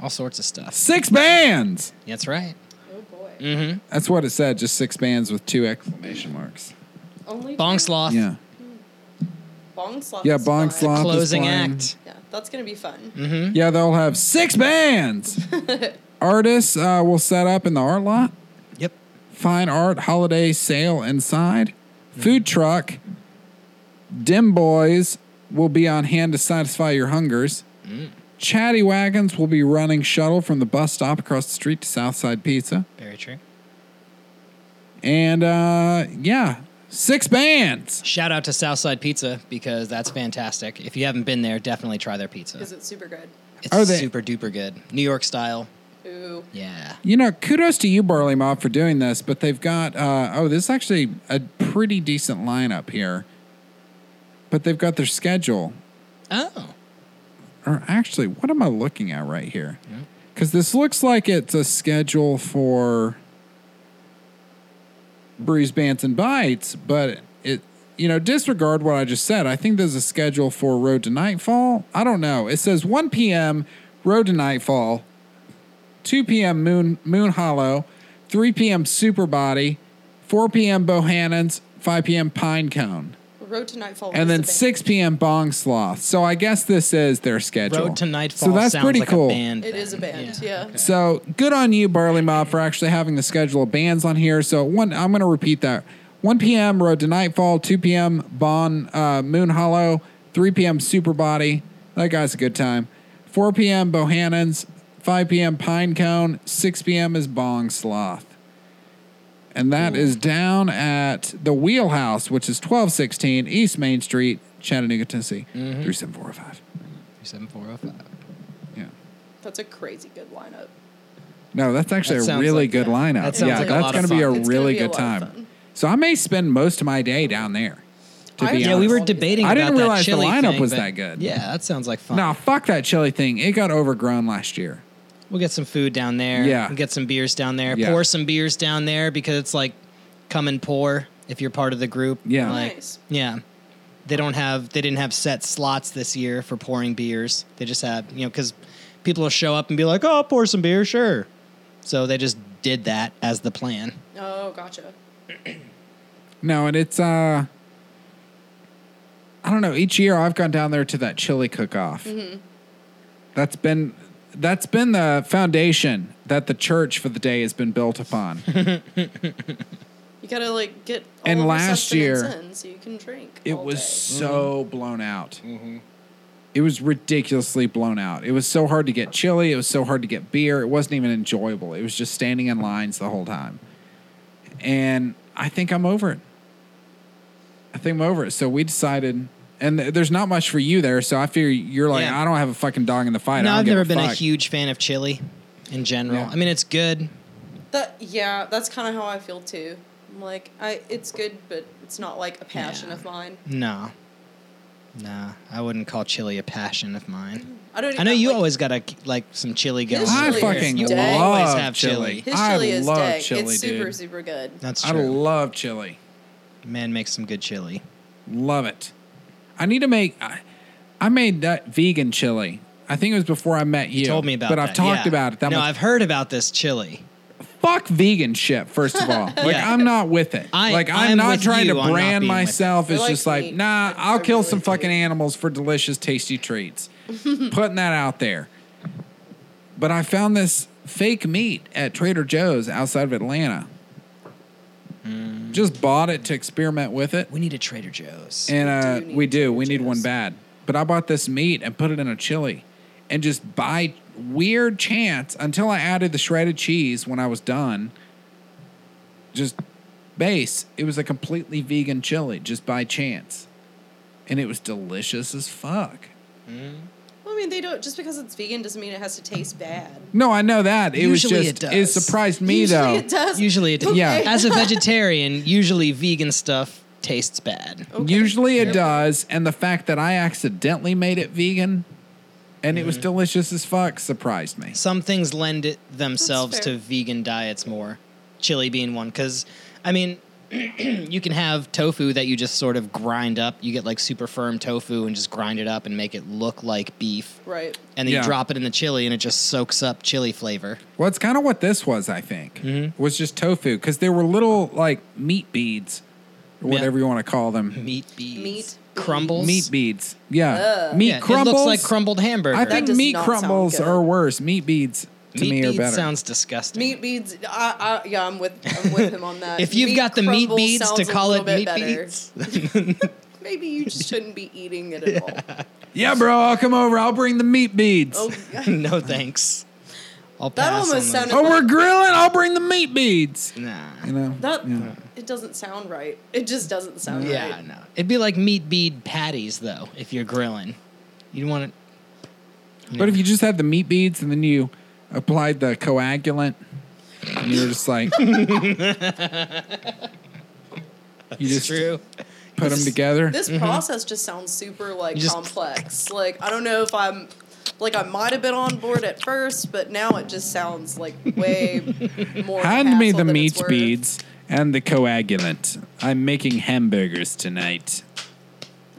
All sorts of stuff. Six bands! That's right. Oh boy. Mm-hmm. That's what it said, just six bands with two exclamation marks. Only Bong two? Sloth. Yeah. Bong sloth. Yeah, is Bong fun. Sloth. Closing Sloth is act. Yeah, that's gonna be fun. Mm-hmm. Yeah, they'll have six bands! Artists uh, will set up in the art lot. Yep. Fine art holiday sale inside. Food truck. Dim Boys will be on hand to satisfy your hungers. Chatty wagons will be running shuttle from the bus stop across the street to Southside Pizza. Very true. And uh, yeah, six bands. Shout out to Southside Pizza because that's fantastic. If you haven't been there, definitely try their pizza. Is it super good? It's Are they- super duper good. New York style. Ooh. Yeah. You know, kudos to you, Barley Mob, for doing this. But they've got uh, oh, this is actually a pretty decent lineup here. But they've got their schedule. Oh. Or actually, what am I looking at right here? Because this looks like it's a schedule for Breeze Bants and Bites, but it you know, disregard what I just said. I think there's a schedule for Road to Nightfall. I don't know. It says 1 p.m. Road to Nightfall, 2 p.m. Moon Moon Hollow, 3 p.m. Superbody, 4 p.m. Bohannon's, 5 p.m. Pinecone, Road to Nightfall. and is then the band. 6 p.m. Bong Sloth. So I guess this is their schedule. Road to Nightfall So that's sounds pretty like cool. a band. It then. is a band. Yeah. So good on you, Barley Mob, for actually having the schedule of bands on here. So one, I'm going to repeat that: 1 p.m. Road to Nightfall, 2 p.m. Bon uh, Moon Hollow, 3 p.m. Superbody. That guy's a good time. 4 p.m. Bohannon's, 5 p.m. Pinecone, 6 p.m. is Bong Sloth, and that is down at the Wheelhouse, which is 1216 East Main Street, Chattanooga, Tennessee, 37405. 7405. Yeah. That's a crazy good lineup. No, that's actually That a sounds really like- good yeah. lineup. That sounds yeah, like a that's lot going of to be a fun. It's gonna really be a good lot of time. fun. So I may spend most of my day down there. To I be have- Yeah, we were Honestly. debating. I about didn't that realize the chili lineup thing, was but- that good. Yeah, that sounds like fun. no, fuck that chili thing. It got overgrown last year. We'll get some food down there. Yeah. We'll get some beers down there. Yeah. Pour some beers down there because it's like come and pour if you're part of the group. Yeah. Like, Nice. Yeah. They don't have they didn't have set slots this year for pouring beers. They just had, you know, cuz people will show up and be like, "Oh, I'll pour some beer, sure." So they just did that as the plan. Oh, gotcha. No, and it's uh I don't know, each year I've gone down there to that chili cook off. Mm-hmm. That's been that's been the foundation that the church for the day has been built upon. You gotta like get all And of your last year- sustenance in so you can drink. It all was day. so blown out. It was ridiculously blown out. It was so hard to get chili. It was so hard to get beer. It wasn't even enjoyable. It was just standing in lines the whole time. And I think I'm over it. I think I'm over it. So we decided, and th- there's not much for you there. So I figure you're like, Yeah. I don't have a fucking dog in the fight. Now I I've don't give never been a fuck. huge fan of chili in general. Yeah. I mean, it's good. That yeah, that's kind of how I feel too. I'm like I, it's good, but it's not like a passion Yeah. of mine. No. Nah, I wouldn't call chili a passion of mine. I don't. I know you like, always got a like some chili going. His on I over chili here. fucking is you dang. always love have chili. chili. His I chili is love dead. chili, it's super dude. super good. That's I true. love chili. Man makes some good chili. Love it. I need to make. I, I made that vegan chili. I think it was before I met you. You told me about But that. I've talked yeah. about it. That no, much. I've heard about this chili. Fuck vegan shit. First of all, like Yeah. I'm not with it. I- like I'm, I'm not with trying you to on not brand being with it. myself I as like just like, meat. nah. I- I'll I kill really some do. fucking animals for delicious, tasty treats. Putting that out there. But I found this fake meat at Trader Joe's outside of Atlanta. Mm. Just bought it to experiment with it. We need a Trader Joe's. And We uh, do need we do. We Trader need one Joe's. bad. But I bought this meat and put it in a chili, and just by weird chance, until I added the shredded cheese when I was done, just base. It was a completely vegan chili, just by chance, and it was delicious as fuck. Well, I mean, they don't just because it's vegan doesn't mean it has to taste bad. No, I know that. It was Usually just. it It, does. surprised me Usually though. it does. Usually, it Okay. Yeah. as a vegetarian, usually vegan stuff tastes bad. Okay. Usually it Okay. does, and the fact that I accidentally made it vegan, and Mm-hmm. it was delicious as fuck, surprised me. Some things lend it themselves fair. to vegan diets more, chili being one. Because, I mean, you can have tofu that you just sort of grind up. You get like super firm tofu and just grind it up and make it look like beef. Right. And then Yeah. you drop it in the chili and it just soaks up chili flavor. Well, it's kind of what this was, I think, Mm-hmm. was just tofu because there were little like meat beads or Yeah. whatever you want to call them. Meat beads. Meat Crumbles. Meat beads. Yeah. Ugh. Meat Yeah, crumbles. It looks like crumbled hamburger. I That think does meat not sound crumbles good. are worse. Meat beads to meat me beads are better. sounds disgusting. Meat beads. I, I, yeah, I'm with. I'm with him on that. if you've got the meat crumble beads to sounds a call it little bit meat better. beads, Maybe you just shouldn't be eating it at all. yeah, bro, I'll come over. I'll bring the meat beads. Oh, Oh, no thanks. I'll That pass almost on those. sounded- Oh, we're grilling. I'll bring the meat beads. You Nah. know. that Yeah. it doesn't sound right. It just doesn't sound Yeah, right. no. It'd be like meat bead patties though. If you're grilling, you'd want it. But if you just had the meat beads and then you applied the coagulant, and you're just like, you just true. put them together. This process just sounds super like You Mm-hmm. just- complex. Like I don't know if I'm like I might have been on board at first, but now it just sounds like way more. Hand me hassle the than meat it's worth. beads and the coagulant. I'm making hamburgers tonight.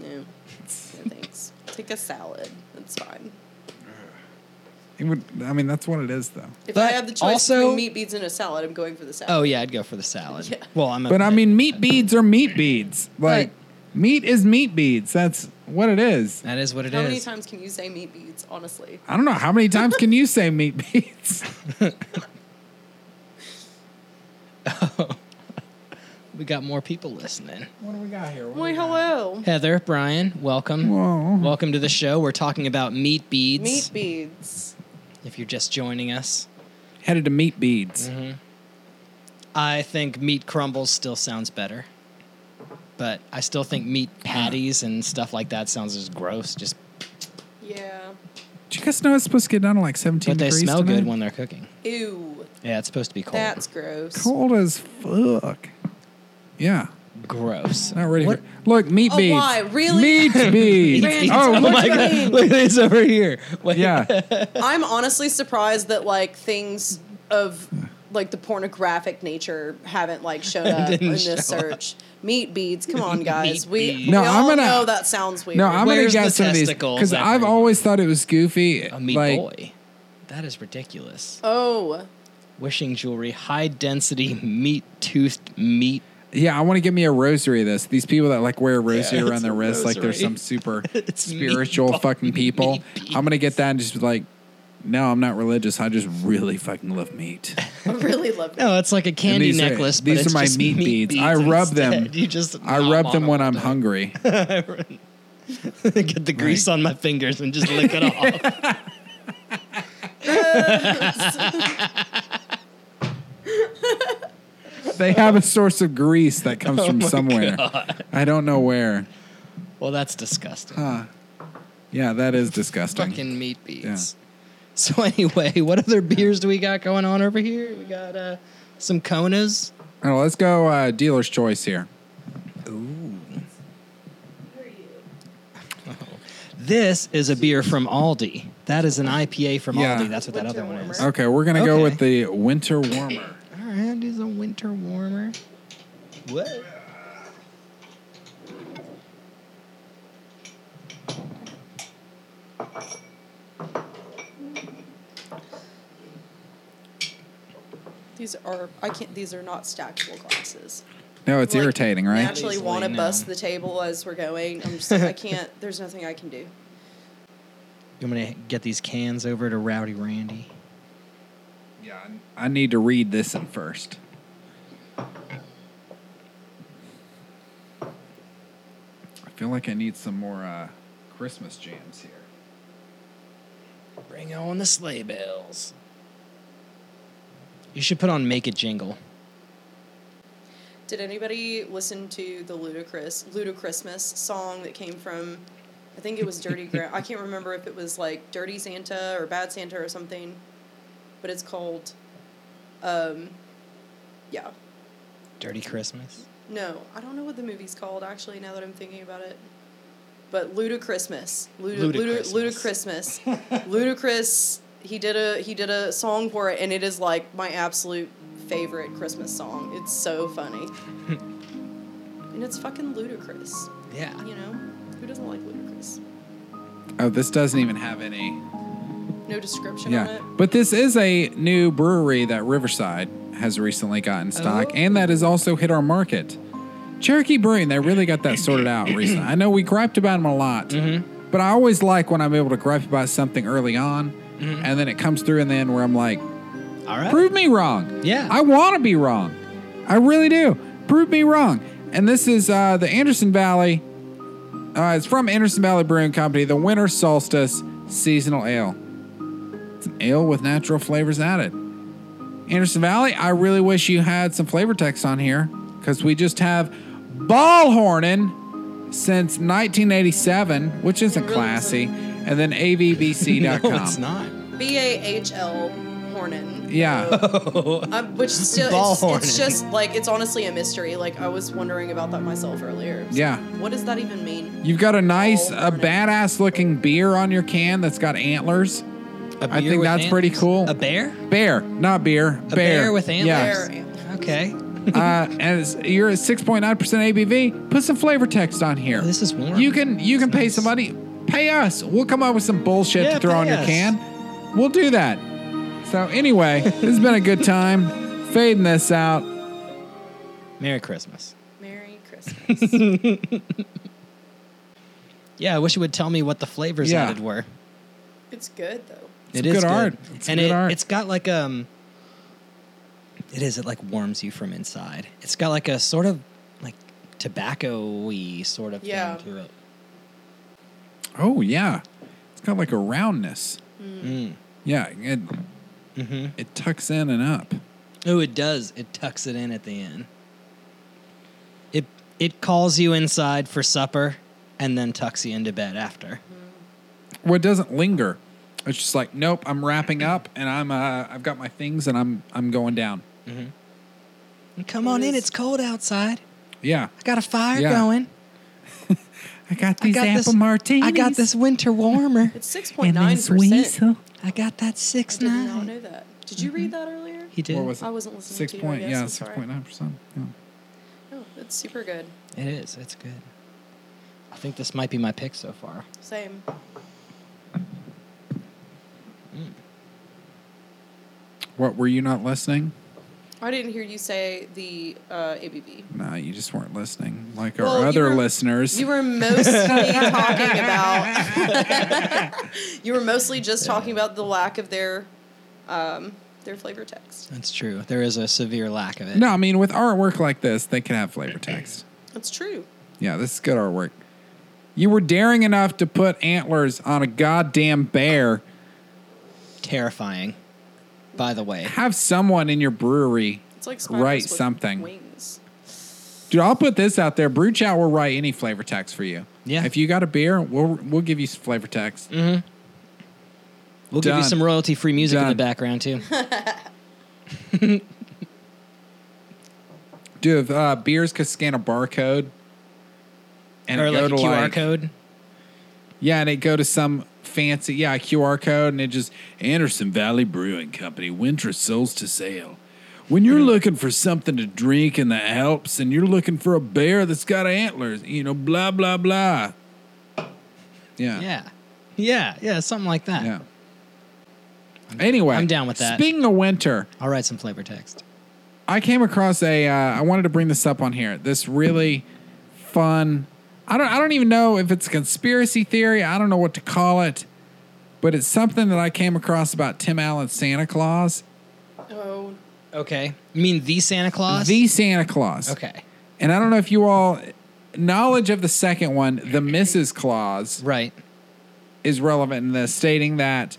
Yeah. No, thanks. Take a salad. It's fine. It would, I mean, that's what it is, though. If I But have the choice also- between meat beads and a salad, I'm going for the salad. Oh yeah, I'd go for the salad. Yeah. Well, I'm. A, But I mean, meat beads are meat beads. Like, Right. meat is meat beads. That's what it is. that is what it is. How many times can you say meat beads? Honestly, I don't know. How many times can you say meat beads? We got more people listening. What do we got here? why Oh hello, Heather, Brian, welcome. Whoa. Welcome to the show. We're talking about meat beads. meat beads. if you're just joining us, Headed to meat beads. I think meat crumbles still sounds better. But I still think meat patties and stuff like that sounds as gross. Just Yeah. Did you guys know it's supposed to get done at like 17 but they degrees smell good tonight? when they're cooking. Ew. Yeah, it's supposed to be cold. That's gross. Cold as fuck. Yeah. Gross. Not ready. For, look, meat Oh, beads. why? Really? Meat beads. Randy, oh, what look. do my you god! mean? Look at this over here. Wait. Yeah. I'm honestly surprised that like things of like the pornographic nature haven't like shown up in Didn't this show up. search. Meat beads, come on, guys. Meat we beads. No, we I'm all gonna- know that sounds weird. No, I'm Where's the gonna guess some of these testicles, because I've everyone? always thought it was goofy. A meat like, boy. That is ridiculous. oh, Wishing jewelry, high density meat toothed meat. Yeah, I want to give me a rosary. Of this these people that like wear a rosary it's around their a wrist, like they're some super It's spiritual meatball- fucking people. meat beads. I'm gonna get that and just be like, no, I'm not religious. I just really fucking love meat. I really love it. No, Oh, it's like a candy these are- necklace. but these it's are my just meat beads. I rub them. instead. You just I nom rub on them when all I'm day. hungry. Get the grease on my fingers and just lick it off. they have a source of grease that comes Oh from somewhere. I don't know where. Well, that's disgusting. Yeah, that is disgusting. Fucking meat beads. So anyway, what other beers do we got going on over here? We got uh, some Konas. All right, let's go uh, dealer's choice here. This is a beer from Aldi. That is an IPA from Yeah. Aldi. That's what that Winter other one warmer. is. All Okay, we're gonna go Okay. with the winter warmer. right, is a winter warmer. What? These are I can't. These are not stackable glasses. No, it's Like, irritating, right? Naturally, Easily, want to no. bust the table as we're going. I'm just like I can't. There's nothing I can do. You want me to get these cans over to Rowdy Randy? Yeah, I I need to read this in first. I feel like I need some more uh, Christmas jams here. Bring on the sleigh bells. You should put on Make It Jingle. Did anybody listen to the ludicrous Ludicrismas song that came from? I think it was Dirty Gra I can't remember if it was like Dirty Santa or Bad Santa or something, but it's called. Um, yeah. Dirty Christmas. No, I don't know what the movie's called actually. Now that I'm thinking about it, but Ludicrismas, Lud- Ludicrismas, Ludicrismas, Ludicrous. He did a he did a song for it, and it is like my absolute favorite Christmas song. It's so funny, and it's fucking ludicrous. Yeah. You know, who doesn't like ludicrous? Oh, this doesn't even have any. No description on Yeah, it. but this is a new brewery that Riverside has recently got in stock, and that has also hit our market. Cherokee Brewing, they really got that sorted out recently. I know we griped about them a lot, but I always like when I'm able to gripe about something early on, and then it comes through, and then where I'm like, All right. prove me wrong. Yeah. I want to be wrong. I really do. Prove me wrong. And this is uh, the Anderson Valley. Uh, it's from Anderson Valley Brewing Company, the Winter Solstice Seasonal Ale. It's an ale with natural flavors added. Anderson Valley, I really wish you had some flavor text on here because we just have ball horning since 1987, which isn't really classy, and then avbc.com. no, it's not. B a h l Hornin. Yeah. Um, which still, Ball it's, it's horning. just like it's honestly a mystery. Like I was wondering about that myself earlier. It's Yeah. like, What does that even mean? You've got a nice, uh, Oh, a burning. badass looking beer on your can that's got antlers. A I beer think with that's pretty antlers? cool. A bear? Bear, not beer. A bear, with Yeah. antlers. Okay. uh, and it's, you're at six point nine percent ABV. Put some flavor text on here. Oh, this is warm. You can you can It's pay nice. somebody. Pay us. We'll come up with some bullshit Yeah, to throw on pay your us. can. We'll do that. So anyway, this has been a good time. Fading this out. Merry Christmas. Merry Christmas. Yeah, I wish you would tell me what the flavors Yeah. added were. it's good though. It good is art. It's and good it, art. it's got like um it is it like warms you from inside. It's got like a sort of like tobacco-y sort of Yeah. thing to it. Oh yeah, it's got like a roundness. Mm. Yeah, it hmm it tucks in and up. Oh, it does. It tucks it in at the end. It it calls you inside for supper and then tucks you into bed after. Mm-hmm. Well, it doesn't linger. It's just like, nope, I'm wrapping up, and I'm uh, I've got my things, and I'm I'm going down. Come on in, it's cold outside. Yeah. I got a fire Yeah. going. I got I got this I got this winter warmer. It's six point nine percent. I got that I six did not nine. know that. Did you read that earlier? He did. What was I wasn't listening Six to you, I point, guess. yeah, I'm six sorry. point nine percent. Oh, it's super good. It is. It's good. I think this might be my pick so far. Same. What were you not listening? I didn't hear you say the uh, ABV. No, you just weren't listening, like Well, our you other were- listeners. You were mostly talking about. you were mostly just talking about the lack of their, um, their flavor text. That's true. There is a severe lack of it. no, I mean with artwork like this, they can have flavor text. That's true. Yeah, this is good artwork. You were daring enough to put antlers on a goddamn bear. Terrifying. By the way, Have someone in your brewery It's like spiders write with something. Wings. Dude, I'll put this out there. Brew Chat will write any flavor text for you. Yeah. Mm-hmm. If you got a beer, we'll we'll give you some flavor text. we'll give Done. you some royalty free music in the Done. background too. Dude, if uh, beers could scan a barcode and or it go like a to QR like, code. Yeah, and it go to some fancy yeah QR code and it just Anderson Valley Brewing Company winter souls to sale. When Mm-hmm. you're looking for something to drink in the Alps and you're looking for a bear that's got antlers, you know, blah blah blah. Yeah. Yeah. Yeah. Yeah. Something like that. Yeah. Anyway, I'm down with that. Speaking of winter, I'll write some flavor text. I came across a. Uh, I wanted to bring this up on here. This really fun. I don't. I don't even know if it's a conspiracy theory. I don't know what to call it, but it's something that I came across about Tim Allen Santa Claus, Oh, Okay. You mean the Santa Claus? the Santa Claus. Okay. And I don't know if you all knowledge of the second one, the Mrs. Claus. Right. is relevant in this, stating that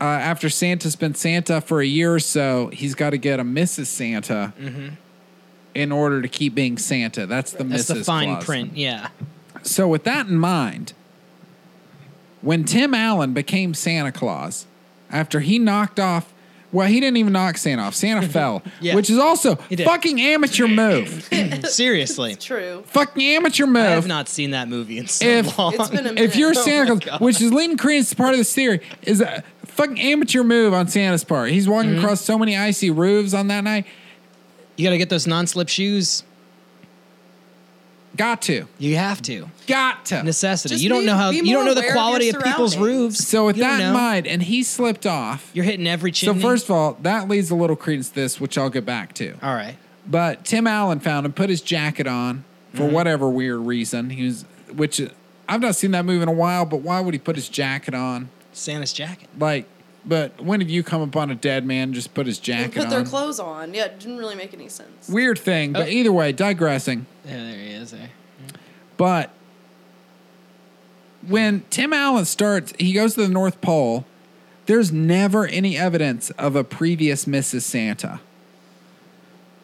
uh, after Santa's been Santa for a year or so, he's got to get a Mrs. Santa in order to keep being Santa. That's the Mm-hmm. That's Mrs. the fine clause. print. Yeah. So, with that in mind, when Tim Allen became Santa Claus, after he knocked off, well, he didn't even knock Santa off. Santa fell, Yeah. which is also He did. fucking amateur move. Seriously. it's true. fucking amateur move. I have not seen that movie in so If- long. It's been a minute. if you're Oh, Santa my Claus, God. which is leading credence to part of this theory, is a fucking amateur move on Santa's part. He's walking Mm-hmm. across so many icy roofs on that night. you got to get those non-slip shoes. Got to, You have to. got to. Necessity. Just you don't be- know how be you don't more know the aware of quality your of people's surroundings. roofs. so with You don't that in know. mind, and he slipped off. you're hitting every So chimney. first of all, that leads a little credence to this, which I'll get back to. all right. But Tim Allen found him, put his jacket on for Mm-hmm. whatever weird reason. He was, which uh, I've not seen that move in a while. But why would he put his jacket on? Santa's jacket. Like, but when have you come upon a dead man and just put his They jacket put on? their clothes on. Yeah, it didn't really make any sense. weird thing, but Oh. either way, digressing. Yeah, there he is. There. But when Tim Allen starts, he goes to the North Pole. There's never any evidence of a previous Mrs. Santa.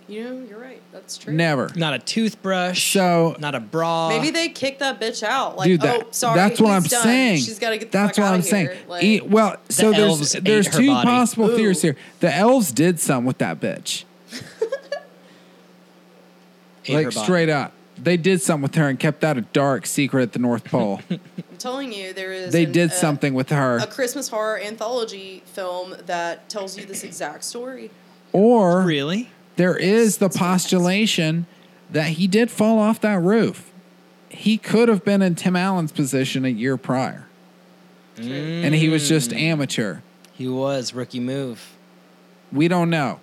You know, you're right. That's true. Never. Not a toothbrush. So- not a bra. Maybe they kicked that bitch out. Like, Dude, that, oh, sorry. that's what he's I'm done. saying. She's got to get the That's fuck what out I'm of saying. Here. Like, E- well, so elves there's ate there's her two body. possible Ooh. theories here. The elves did something with that bitch, Ate her like body. straight up. They did something with her and kept that a dark secret at the North Pole. I'm telling you, there is. they an- did a- something with her, uh, A Christmas horror anthology film that tells you this exact story. or Really? there is the postulation that he did fall off that roof. He could have been in Tim Allen's position a year prior, and he was Hmm. just amateur. He was rookie move. We don't know.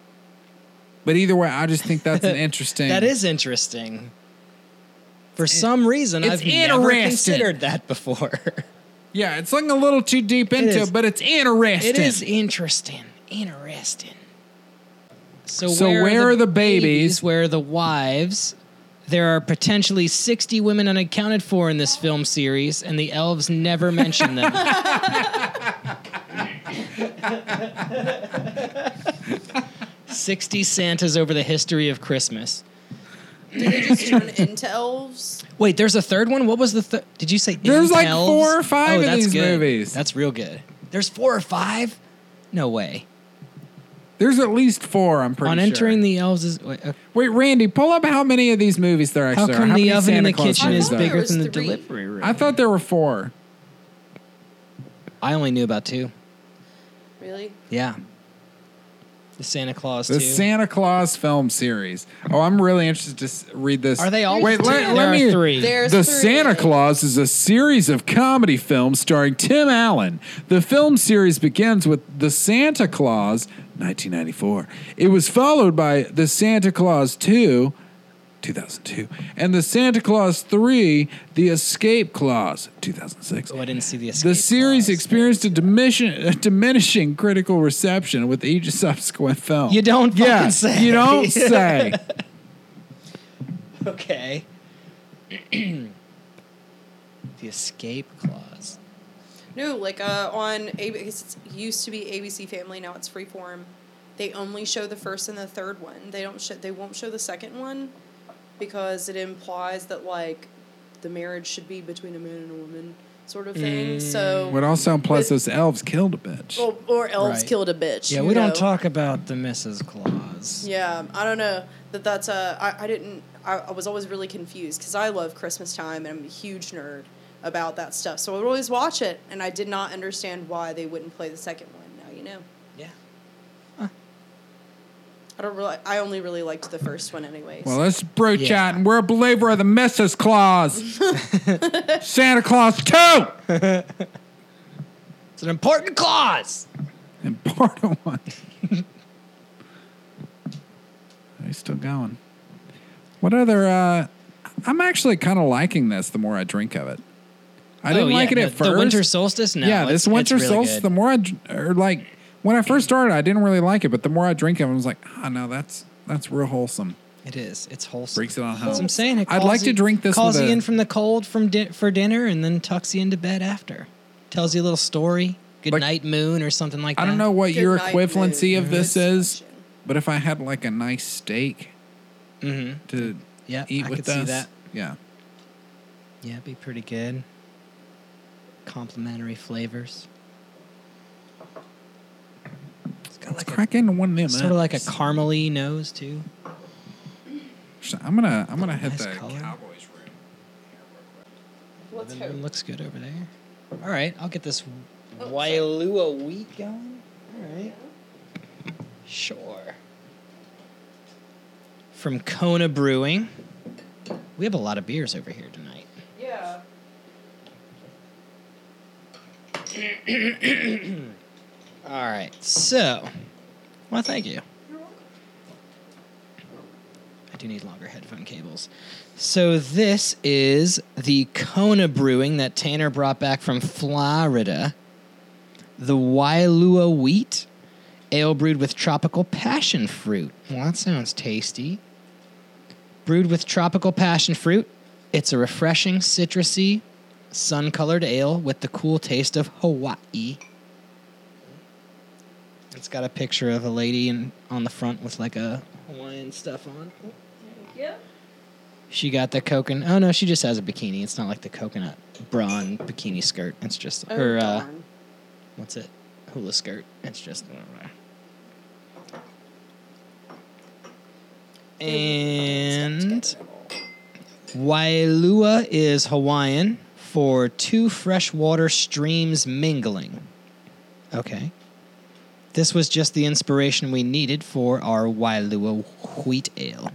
But either way, I just think that's an interesting. That is interesting. For some reason, it's I've never interesting. considered that before. Yeah, it's looking a little too deep into is. it, but it's interesting. it is interesting. Interesting. So, So where are the babies? Where are the wives? There are potentially 60 women unaccounted for in this film series, and the elves never mention them. Sixty Santas over the history of Christmas. Did they just turn into elves? Wait, there's a third one. What was the third? Did you say There's like Elves? four or five oh, of that's these good. movies. That's real good. There's four or five. No way. There's at least four, I'm pretty On sure. entering the elves is wait, uh, Wait, Randy, pull up how many of these movies there how actually are. come many the oven in Santa the Claus kitchen movies is I are thought there bigger was than the three. delivery room? I thought there were four. I only knew about two. Really? Yeah, the Santa Claus The two. Santa Claus film series. Oh, I'm really interested to s- read this. Are they all? Wait, two? let, there let are me. three. There's the three. Santa Claus is a series of comedy films starring Tim Allen. The film series begins with The Santa Claus, 1994. It was followed by The Santa Claus 2, 2002, and The Santa Claus 3, The Escape Clause, 2006. oh, I didn't see the escape. The series clause. experienced a, diminishing, a diminishing critical reception with each subsequent film. You don't fucking yeah, say. You don't say. okay. the escape clause. No, like uh, on ABC, it used to be ABC Family, now it's Freeform. They only show the first and the third one. They don't show. They won't show the second one because it implies that like the marriage should be between a man and a woman, sort of thing. So Would all sound plus But- those elves killed a bitch. or, or elves Right. killed a bitch. Yeah, you we don't know? talk about the Mrs. Claus. Yeah, I don't know that that's uh, I, I didn't I, I was always really confused because I love Christmas time and I'm a huge nerd about that stuff. So I would always watch it, and I did not understand why they wouldn't play the second one. Now you know. Yeah. I don't really. I only really liked the first one, anyways. Well, that's Brute Yeah. Chat, and we're a believer of the Mrs. Claus. Santa Claus 2! It's an important clause. And part of one. He's still going. What other. Uh, I'm actually kind of liking this the more I drink of it. I didn't Oh, yeah, like it no, at first. The winter solstice. No, yeah, it's- this winter it's really solstice, good. Mm-hmm. the more I. dr- Or like, when I first started, I didn't really like it, but the more I drink of it, I was like, ah, no, that's that's real wholesome. It is. It's wholesome. Breaks it on That's what home. I'm saying. It I'd calls like to you- drink this Calls with you a- in from the cold from di- for dinner, and then tucks you into bed after. Tells you a little story. Good Like- night, moon, or something like that. I don't know what Good your night, equivalency Moon. of this Good is, discussion. but if I had like a nice steak Mm-hmm. to Yeah, eat I with could see this, that. yeah, Yeah, it'd be pretty good. Complimentary flavors. It's got let's like crack into one of them. a, sort of like a apps. caramely nose too. I'm gonna I'm gonna hit Nice the color. Cowboys room. Let's Living room hope. looks good over there. All right, I'll get this Wailua wheat going. All right. Sure. From Kona Brewing. We have a lot of beers over here tonight. Yeah. All right. So, well, thank you. I do need longer headphone cables. So, this is the Kona Brewing that Tanner brought back from Florida. The Wailua Wheat Ale brewed with tropical passion fruit. Well, that sounds tasty. Brewed with tropical passion fruit, it's a refreshing, citrusy, sun colored ale with the cool taste of Hawaii. It's got a picture of a lady in, on the front with like a Hawaiian stuff on. Yeah. She got the coconut. Oh no, she just has a bikini. It's not like the coconut bra and bikini skirt. It's just Oh, her. Uh, darn. what's it? Hula skirt. It's just. And Wailua is Hawaiian for two freshwater streams mingling. Okay. This was just the inspiration we needed for our Wailua wheat ale.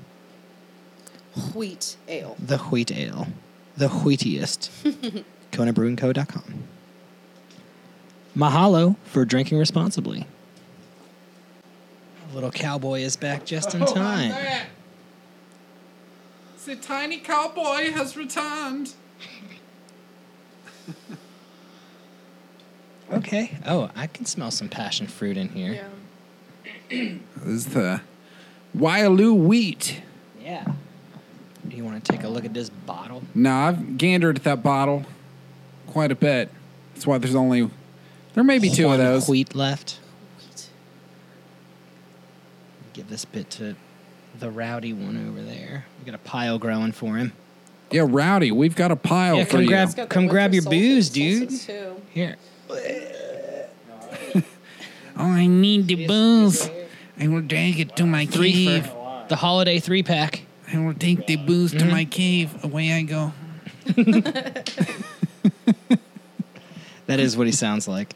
Wheat ale. The wheat ale. The wheatiest. KonaBrewingCo.com. Mahalo for drinking responsibly. Little cowboy is back just in time. The tiny cowboy has returned. Okay. Oh, I can smell some passion fruit in here. Yeah. This is the Wailoo wheat. Yeah. Do you want to take a look at this bottle? No, I've gandered at that bottle quite a bit. That's why there's only there may be two One of those. Wheat left. Wheat. Give this bit to the rowdy one over there. We got a pile growing for him. Yeah, Rowdy, we've got a pile Yeah, for come you. grab- It's got the Come grab winter your booze, solstice- dude. solstice, too. Here. Oh, I need the booze. I will drag it to my Three cave. for the holiday three pack. I will take the booze Mm-hmm. to my cave. Away I go. That is what he sounds like.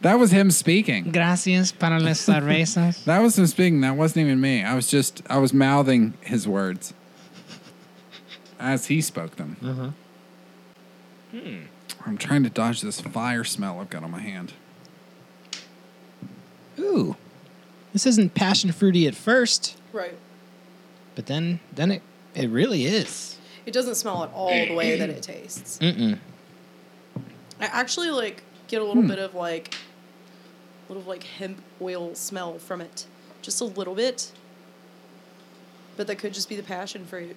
That was him speaking. Gracias para las cervezas. That was him speaking. That wasn't even me. I was just I was mouthing his words as he spoke them. Mm-hmm. I'm trying to dodge this fire smell I've got on my hand. Ooh, this isn't passion fruity at first, Right. but then then it it really is. It doesn't smell at all the way that it tastes. Mm-mm. I actually like get a little bit of like a little like hemp oil smell from it. Just a little bit. But that could just be the passion fruit.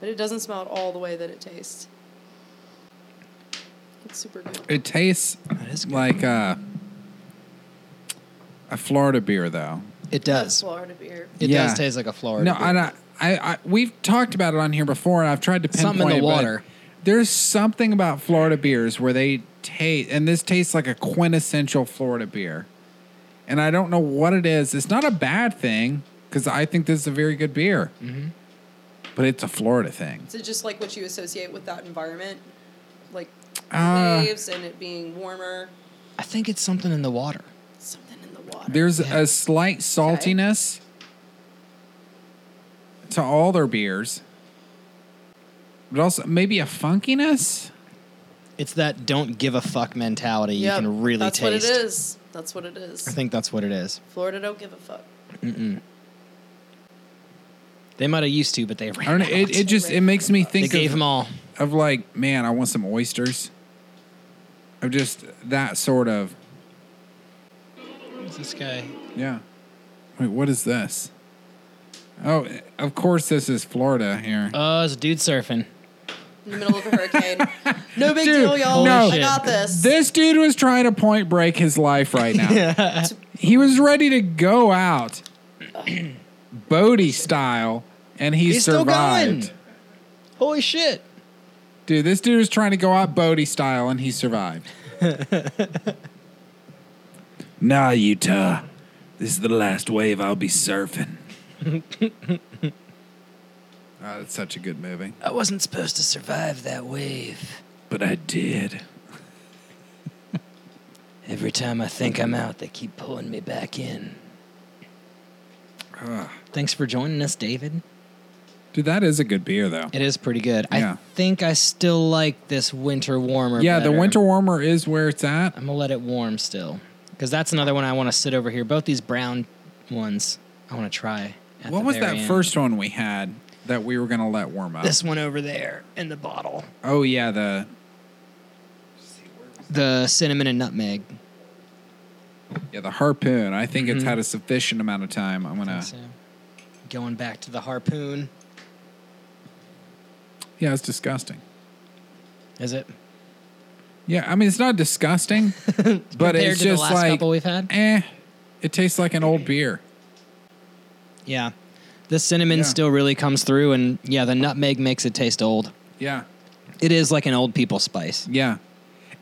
But it doesn't smell at all the way that it tastes. It's super good. It tastes That is good. like uh, a Florida beer, though. It That's does. Florida beer. It Yeah. does taste like a Florida. No, beer. and I, I, I, we've talked about it on here before, and I've tried to pinpoint Something in the it, but water. There's something about Florida beers where they taste, and this tastes like a quintessential Florida beer, and I don't know what it is. It's not a bad thing because I think this is a very good beer, Mm-hmm. but it's a Florida thing. Is it just like what you associate with that environment? Like Uh, waves and it being warmer, I think it's something in the water. something in the water. There's Yeah. a slight saltiness to all their beers, but also maybe a funkiness. It's that don't give a fuck mentality Yep, you can really that's taste. what it is. That's what it is. I think that's what it is. Florida don't give a fuck. They might have used to, but they ran I don't know. out. It, it just it makes me they think gave of, them all. of like, man, I want some oysters. Of just that sort of Who's this guy? yeah. Wait, what is this? Oh, of course this is Florida here. Oh, it's a dude surfing. in the middle of a hurricane. No big Dude, deal, y'all. no. I got this. this dude was trying to point break his life right now. He was ready to go out, Bodie style, and he He's still survived. going. Holy shit. Dude, this dude was trying to go out Bodie style and he survived. nah, Utah. This is the last wave I'll be surfing. Ah, that's such a good movie. I wasn't supposed to survive that wave. But I did. Every time I think I'm out, they keep pulling me back in. Ah. Thanks for joining us, David. Dude, that is a good beer, though. It is pretty good. Yeah. I think I still like this winter warmer. Yeah, the better. winter warmer is where it's at. I'm gonna let it warm still, because that's another one I want to sit over here. Both these brown ones, I want to try. at What the was that very end. first one we had that we were going to let warm up? This one over there in the bottle. Oh, yeah, the. The cinnamon and nutmeg. Yeah, the harpoon. I think Mm-hmm. it's had a sufficient amount of time. I'm gonna. So, going back to the harpoon. Yeah, it's disgusting. Is it? Yeah, I mean it's not disgusting, but Compared it's to the just last like couple we've had? Eh, it tastes like an old beer. Yeah. The cinnamon Yeah. still really comes through, and yeah, the nutmeg makes it taste old. Yeah, It is like an old people spice. yeah.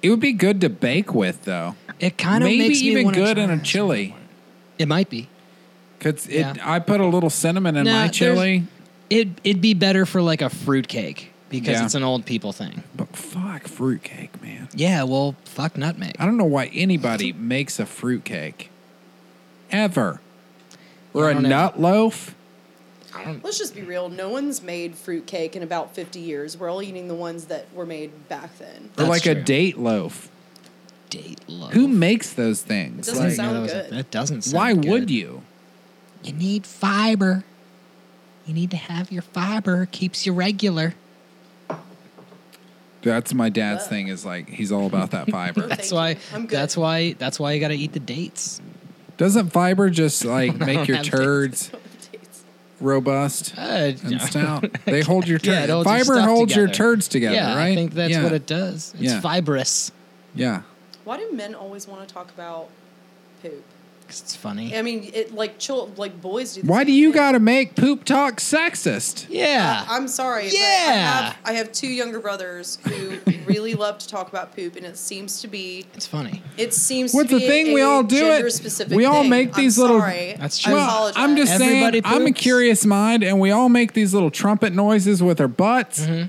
It would be good to bake with though. It kind of Maybe makes me even wanna good try in a this. chili. It might be. Cause it, Yeah. I put a little cinnamon in Nah, my there's- chili. It it'd be better for like a fruit cake because Yeah. it's an old people thing. But fuck fruitcake, man. Yeah, well, fuck nutmeg. I don't know why anybody makes a fruitcake ever, or I a don't know. nut loaf. Let's just be real. No one's made fruitcake in about 50 years. We're all eating the ones that were made back then. Or That's like a true. date loaf. Date love. Who makes those things? doesn't Like, sound- that, was- good. that doesn't. Sound why good. would you? You need fiber. You need to have your fiber. Keeps you regular. That's my dad's thing. Is like he's all about that fiber. Thank That's you. why. I'm good. That's why. That's why you got to eat the dates. Doesn't fiber just like make your have turds robust Uh, and no. stout? They hold your Yeah, turd. it holds your fiber stuff holds your together. turds together, yeah, right? I think that's yeah. what it does. It's Yeah. fibrous Yeah. Why do men always want to talk about poop? 'cause it's funny. I mean, it like chill, like boys do. the Why same do you thing. gotta make poop talk sexist? Yeah. I'm sorry. but I Yeah. have, I have two younger brothers who really love to talk about poop, and it seems to be it's funny. it seems What's to the be thing? A We all do it. gender-specific We all thing. make these I'm little- Sorry. That's I true. Well, apologize. I'm just Everybody saying, I'm a poops. curious mind, and we all make these little trumpet noises with our butts, Mm-hmm.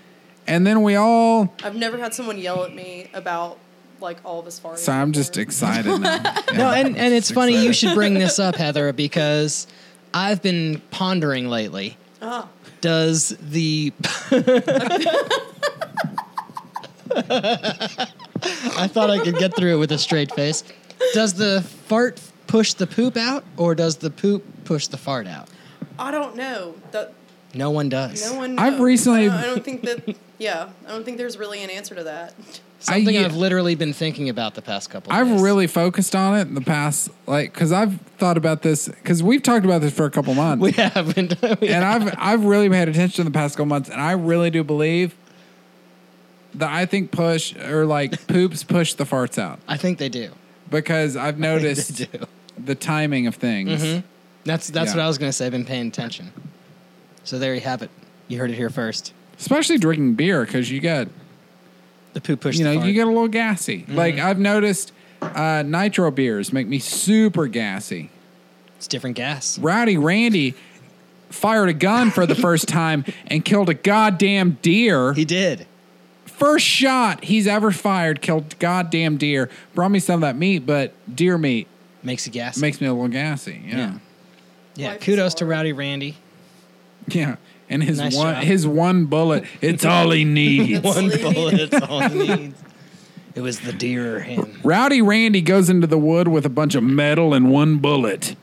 and then we all. I've never had someone yell at me about like all of us farting. So I'm just before. excited now. No, Yeah. and, and it's Just funny you excited. should bring this up, Heather, because I've been pondering lately. Ah. Does the I thought I could get through it with a straight face. Does the fart push the poop out or does the poop push the fart out? I don't know. That No one does. no one. I've knows. recently- I don't, I don't think that. Yeah, I don't think there's really an answer to that. Something I- I, have literally been thinking about the past couple I've days. really focused on it in the past, like, because I've thought about this, because we've talked about this for a couple months. we haven't we and I've I've really paid attention in the past couple months, and I really do believe that I think push or like poops push the farts out I think they do. because I've They noticed do. Mm-hmm. the timing of things. That's that's Yeah. what I was gonna say. I've been paying attention. So there you have it. You heard it here first. especially drinking beer because you get The poop push. you the know fart. Mm-hmm. you get a little gassy. Like I've noticed, uh, nitro beers make me super gassy. it's different gas. Rowdy Randy fired a gun for the first time and killed a goddamn deer. He did. First shot he's ever fired killed goddamn deer. Brought me some of that meat, but deer meat Makes a gas. makes me a little gassy. Yeah, yeah. Life is Kudos to hard. Rowdy Randy. yeah. And his Nice one shot. his one bullet, it's all he needs. One Sleep. bullet's all it needs. It was the deer or him. Rowdy Randy goes into the wood with a bunch of metal and one bullet,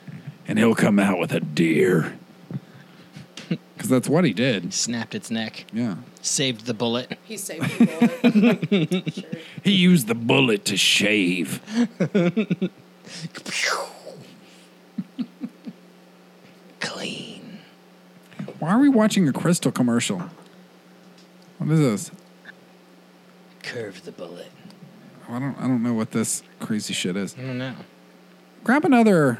and he'll come out with a deer. Because that's what he did. Snapped its neck. Yeah. Saved the bullet. He's safe. from bullet. sure. He used the bullet to shave. Clean. Why are we watching a crystal commercial? What is this? Curved the bullet. I don't I don't know what this crazy shit is. I don't know. Grab another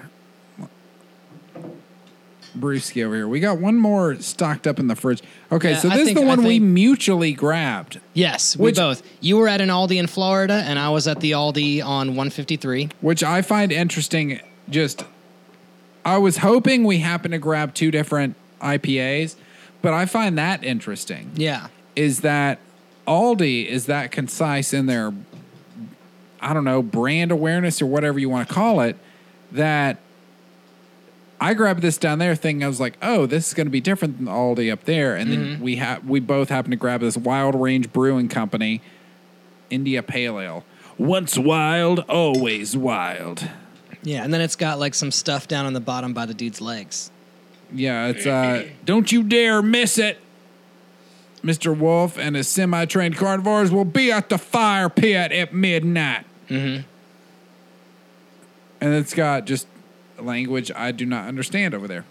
brewski over here. We got one more stocked up in the fridge. Okay, Yeah, so I this is think- the I one we think- mutually grabbed, Yes, Which- we both. You were at an Aldi in Florida, and I was at the Aldi on 153. which I find interesting. Just, I was hoping we happened to grab two different IPAs, but I find that interesting. Yeah. Is that Aldi is that concise in their, I don't know, brand awareness or whatever you want to call it, that I grabbed this down there thinking I was like, oh, this is going to be different than Aldi up there, and then we ha- we both happened to grab this Wild Range Brewing Company India Pale Ale. Once wild, always wild. Yeah, and then it's got like some stuff down on the bottom by the dude's legs. Yeah, it's uh don't you dare miss it. Mr. Wolf and his semi-trained carnivores will be at the fire pit at midnight. Mm-hmm. And it's got just language I do not understand over there.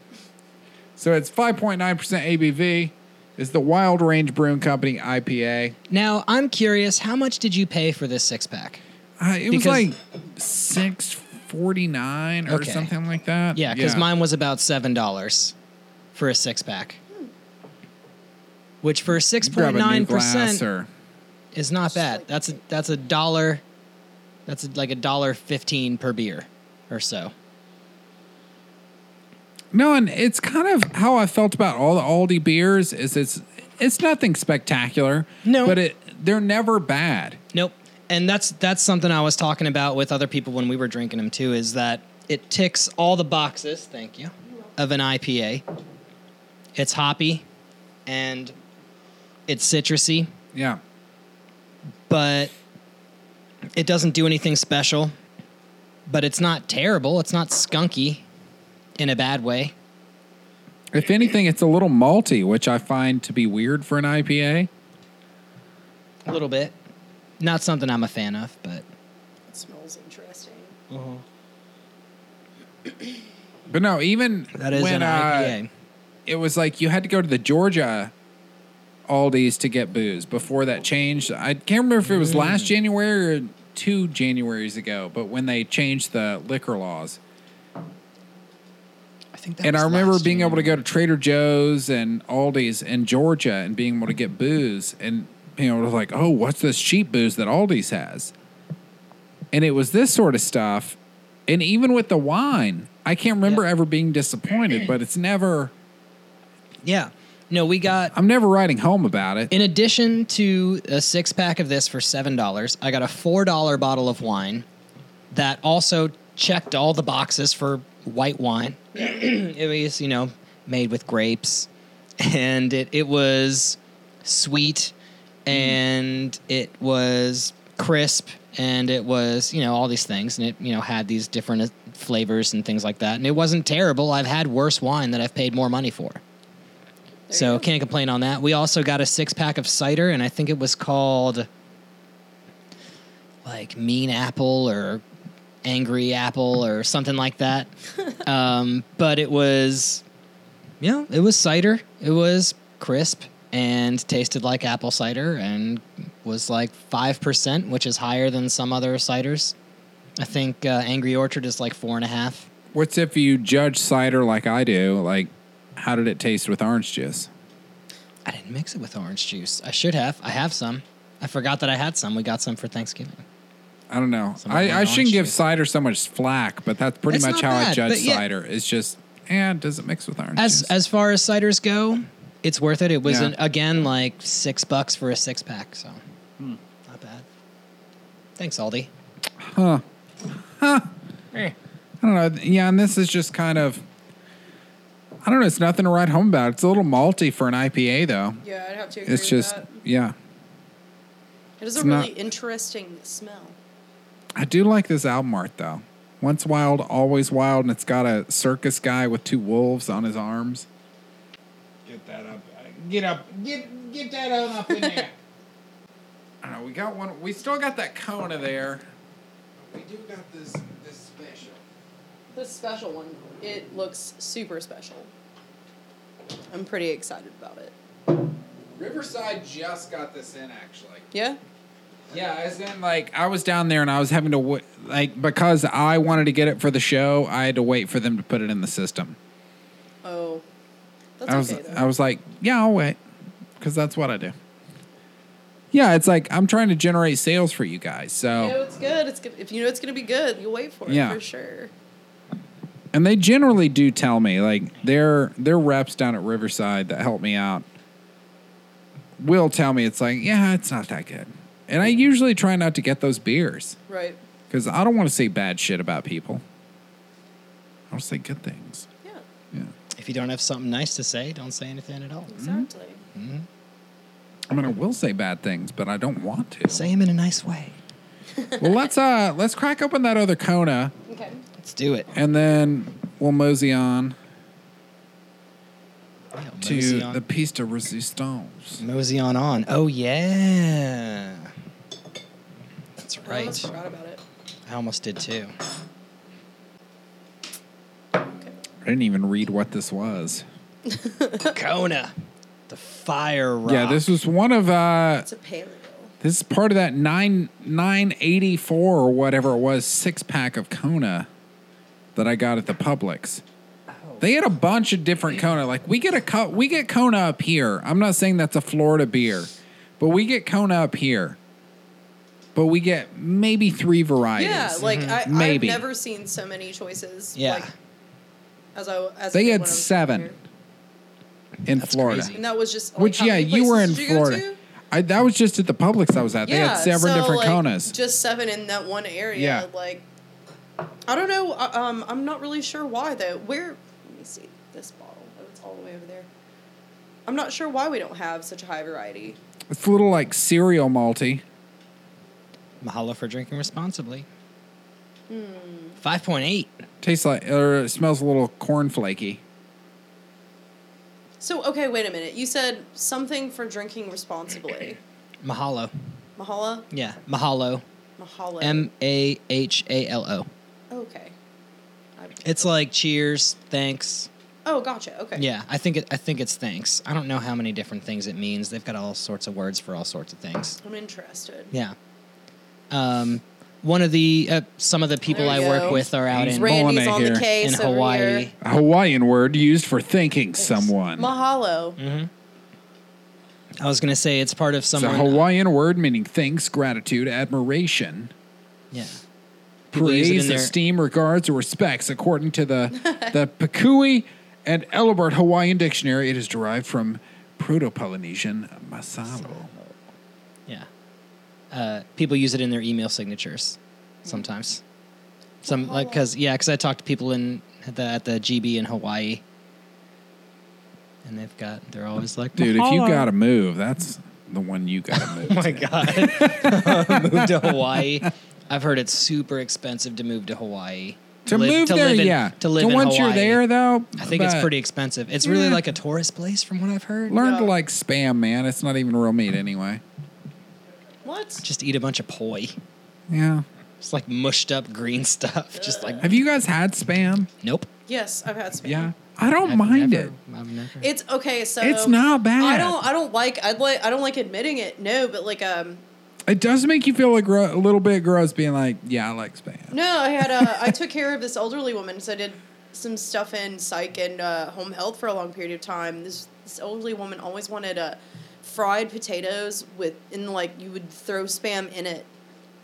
So it's 5.9% ABV. It's the Wild Range Brewing Company IPA. Now, I'm curious, how much did you pay for this six pack? Uh, it was Because- like 649 or Okay. something like that. Yeah, because mine was about seven dollars for a six pack, which for six Grab point a new nine glass percent or- is not bad. That's a, that's a dollar. That's like a dollar fifteen per beer, or so. No, and it's kind of how I felt about all the Aldi beers. Is it's it's nothing spectacular. No. but it they're never bad. Nope. And that's that's something I was talking about with other people when we were drinking them too. Is that it ticks all the boxes? Thank you. Of an IPA. It's hoppy, and it's citrusy, Yeah, but it doesn't do anything special. But it's not terrible. It's not skunky in a bad way. if anything, it's a little malty, which I find to be weird for an IPA. A little bit. Not something I'm a fan of, but It smells interesting. But no, even that is when an uh, IPA. it was like you had to go to the Georgia Aldi's to get booze before that changed. I can't remember if it was Mm. last January or two Januaries ago, but when they changed the liquor laws, think that and was I remember last being year. able to go to Trader Joe's and Aldi's in Georgia and being able to get booze and being able to like, oh, what's this cheap booze that Aldi's has? And it was this sort of stuff. And even with the wine, I can't remember ever being disappointed, but it's never Yeah. No, we got I'm never writing home about it. In addition to a six pack of this for seven dollars, I got a four dollar bottle of wine that also checked all the boxes for white wine. it was, you know, made with grapes, and it it was sweet, and it was crisp, and it was, you know, all these things, and it you know had these different uh, flavors and things like that, and it wasn't terrible. I've had worse wine that I've paid more money for. you So go. can't complain on that. We also got a six pack of cider, and I think it was called like Mean Apple or Angry Apple or something like that. um, but it was, you know, it was cider. It was crisp and tasted like apple cider and was like 5%, which is higher than some other ciders. I think uh, Angry Orchard is like four and a half. What's if you judge cider like I do? Like, how did it taste with orange juice? I didn't mix it with orange juice. I should have. I have some. I forgot that I had some. We got some for Thanksgiving. I don't know. Some I, like I shouldn't orange give juice. cider so much flack, but that's pretty It's much not how I bad, judge but yeah. cider. It's just, and does it mix with orange As juice? as far as ciders go, it's worth it. It was Yeah. an, again like six bucks for a six pack, so Hmm. not bad. Thanks, Aldi. Huh. Huh. I don't know. Yeah, and this is just kind of. I don't know. It's nothing to write home about. It's a little malty for an IPA, though. Yeah, I'd have to agree It's with just, that. yeah. It is it's a really not- interesting smell. I do like this album art, though. Once wild, always wild, and it's got a circus guy with two wolves on his arms. Get that up. Get up. Get get that on up in there. I don't know. We got one. We still got that Kona there. We do got this this special. This special one, it looks super special. I'm pretty excited about it. Riverside just got this in actually. Yeah? Yeah, as in like I was down there and I was having to w- like because I wanted to get it for the show, I had to wait for them to put it in the system. Oh. That's I was okay, though. I was like, yeah, I'll wait because that's what I do. Yeah, it's like I'm trying to generate sales for you guys. So You know it's good. It's good. If you know it's going to be good, you'll wait for it Oh. Yeah. for sure. and they generally do tell me like their their reps down at Riverside that help me out will tell me it's like yeah it's not that good and I usually try not to get those beers Right. because I don't want to say bad shit about people I'll say good things Yeah. yeah If you don't have something nice to say, don't say anything at all. Exactly. Mm. I mean I will say bad things but I don't want to Say them in a nice way. well let's uh let's crack open that other Kona Okay. Let's do it. and then we'll mosey on Yeah, to mosey on, the piece de resistance mosey on on. Oh yeah, that's I almost right. forgot about it. I almost did too. Okay. I didn't even read what this was. Kona, the fire rock. Yeah, this was one of uh It's a paleo. this is part of that nine nine eighty four or whatever it was six pack of Kona that I got at the Publix. Oh. They had a bunch of different Kona. Like we get a co- we get Kona up here. I'm not saying that's a Florida beer, but we get Kona up here. But we get maybe three varieties. Yeah, like Mm-hmm. I, Mm-hmm. Maybe. I've never seen so many choices. Yeah. Like, as I as I They did had when I was seven. here. in That's Florida. crazy. and that was just like, Which how yeah, many you were in places did you go Florida. to? I that was just at the Publix I was at. they had several so, different like, Konas. Just seven in that one area. Yeah. Like, I don't know. I- Um, I'm not really sure why though. Where? Let me see this bottle. Oh, it's all the way over there. I'm not sure why we don't have such a high variety. It's a little like cereal malty. Mahalo for drinking responsibly. Hmm. Five point eight. Tastes like or it smells a little corn flaky. So okay, wait a minute. You said something for drinking responsibly. Mahalo. Mahala, Yeah, Mahalo. Mahala. M A H A L O. okay. I, It's like cheers, thanks. oh, gotcha. Okay. Yeah, I think it, I think it's thanks. I don't know how many different things it means. They've got all sorts of words for all sorts of things. I'm interested. Yeah. Um, one of the uh, some of the people There I you work go. with are out He's in right Randy's Bona on the here case in over Hawaii. here. A Hawaiian word used for thanking someone. Mahalo. Mm-hmm. I was gonna say it's part of It's a someone. Hawaiian word meaning thanks, gratitude, admiration, Yeah. People use it in praise, their- esteem, regards, or respects. According to the the Pakui and Elbert Hawaiian Dictionary, it is derived from Proto-Polynesian masalo. Yeah. Uh, people use it in their email signatures sometimes. Some like because yeah, because I talk to people in at the, at the GB in Hawaii, and they've got they're always like, Dude, if you "Mahalo." got to move, that's the one you got to move. Oh my god, move to Hawaii. I've heard it's super expensive to move to Hawaii. To live- move there, live in- yeah. To live so in once you're Hawaii. there, though, I think it's but pretty expensive. It's really Yeah. like a tourist place, from what I've heard. Learn to Yeah. like spam, man. It's not even real meat anyway. What? Just eat a bunch of poi. Yeah. It's like mushed up green stuff. Just like Have you guys had spam? nope. Yes, I've had spam. Yeah. I don't I've mind never- it. I've never- It's okay. So It's not bad. I don't. I don't like. I like. I don't like admitting it. No, but like um. It does make you feel a, gro- a little bit gross being like, yeah, I like spam. No, I had uh, I took care of this elderly woman, so I did some stuff in psych and uh, home health for a long period of time. This this elderly woman always wanted uh, fried potatoes with, and like you would throw spam in it,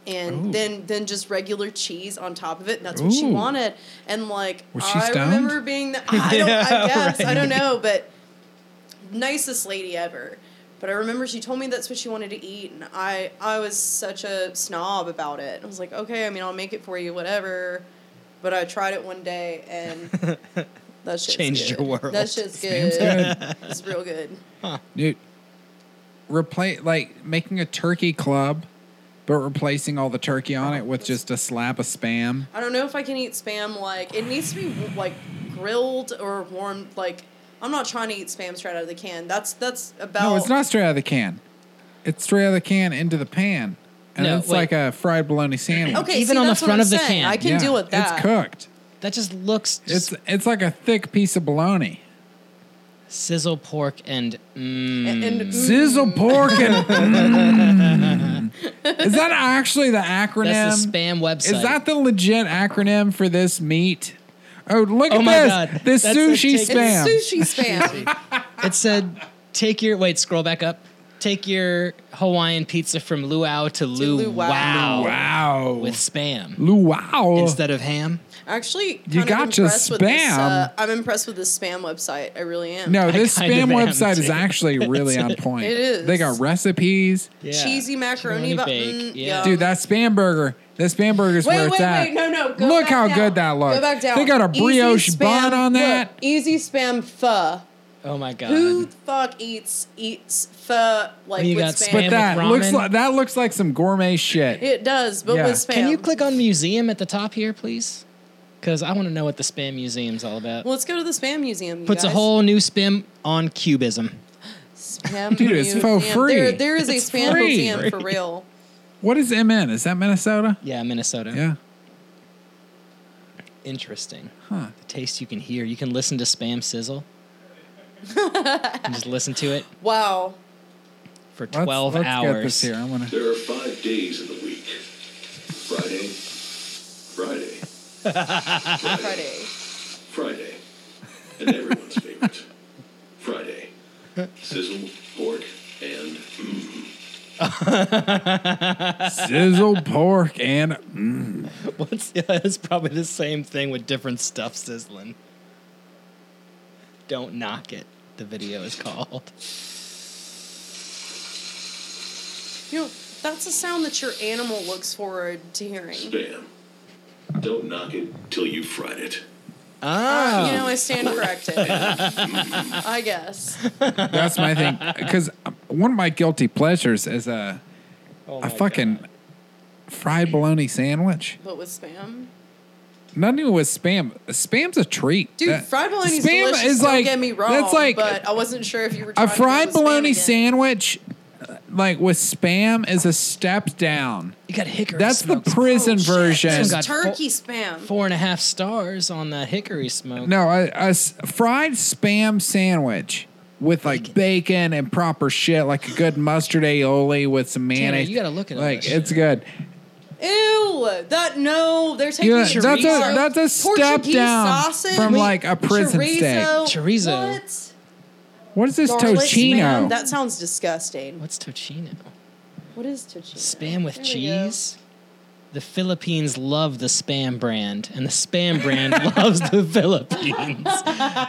and Ooh. then then just regular cheese on top of it. And that's what she Ooh. wanted, and like Was she I stoned? remember being the I don't Yeah, I guess I don't right. know, but nicest lady ever. But I remember she told me that's what she wanted to eat, and I I was such a snob about it. I was like, okay, I mean, I'll make it for you, whatever. But I tried it one day, and that shit's Changed good. your world. That shit's good. Spam's It's real good. Dude, replace like making a turkey club, but replacing all the turkey on it with just a slab of spam. I don't know if I can eat spam. Like it needs to be like grilled or warmed. Like I'm not trying to eat spam straight out of the can. That's that's about. No, it's not straight out of the can. It's straight out of the can into the pan, and No, it's wait. like a fried bologna sandwich. Okay, Even see, on the that's what front I'm of the saying. can. I can Yeah, deal with that. It's cooked. that just looks just It's it's like a thick piece of bologna. sizzle pork and A- mm, And, Sizzle pork and Mm. is that actually the acronym? that's the spam website. Is that the legit acronym for this meat? Oh, look Oh at my this. God. This That's a sushi take- spam. It's sushi spam. it said take your wait scroll back up. Take your Hawaiian pizza from luau to, luau, luau. Wow. Oh. with spam Luau. instead of ham. Actually, kind You of got your impressed with this, uh, spam. I'm impressed with this spam website. I really am. no, this kind spam of am, website is too. actually really on point. It is. They got recipes. Yeah. cheesy macaroni Macaroni bun. bake, yeah. Dude, that spam burger. That spam burger's Wait, where it's wait, wait! at. No, no. Go Look back how down. good that looks. Go back down. They got a Easy brioche spam- bun on look, that. easy spam pho. Oh my god. Who the fuck eats eats pho like You with got spam? spam But that with looks ramen? like that looks like some gourmet shit. it does, but Yeah. with spam. Can you click on museum at the top here, please? Because I want to know what the spam museum's all about. Well, let's go to the spam museum. you Puts a guys. whole new spin on cubism. spam Dude, it's museum. for free. There, there is a It's spam free. museum for real. What is MN? Is that Minnesota? Yeah, Minnesota. Yeah. Interesting. Huh. The taste you can hear. You can listen to spam sizzle. and just listen to it Wow. for 12 Let's- let's Get hours. this here. I'm gonna. There are five days in the week Friday, Friday, Ah. Friday. Friday, and everyone's favorite Friday. Sizzle, pork, and mm, Sizzle pork and mm, What's yeah, it's probably the same thing with different stuff sizzling. Don't knock it. The video is called. You know, that's a sound that your animal looks forward to hearing. spam. Don't knock it till you fried it. Ah, Uh, You know, I stand corrected. I guess. that's my thing. Because one of my guilty pleasures is a Oh a fucking fried bologna sandwich. But with spam. Not even with spam. Spam's a treat. Dude, That- fried bologna's spam delicious. Is don't like, get me wrong. That's like but I wasn't sure if you were a trying fried to go with bologna spam again. sandwich, uh, like with spam, is a step down. you got hickory. That's the smokes. prison version. This There's got Oh, turkey spam. Four and a half stars on that hickory smoke. No, a, a s- fried spam sandwich with like bacon and proper shit, like a good mustard aioli with some Tanner, mayonnaise. you gotta look at all like this it's shit. good. Ew! That no, they're taking Yeah, chorizo. that's a that's a step Portuguese down sausage, from like a prison chorizo. steak. Chorizo. What? What is this Garlic, tocino? man, that sounds disgusting. What's tocino? What is tocino? Spam with There we go. cheese. The Philippines love the Spam brand, and the Spam brand loves the Philippines.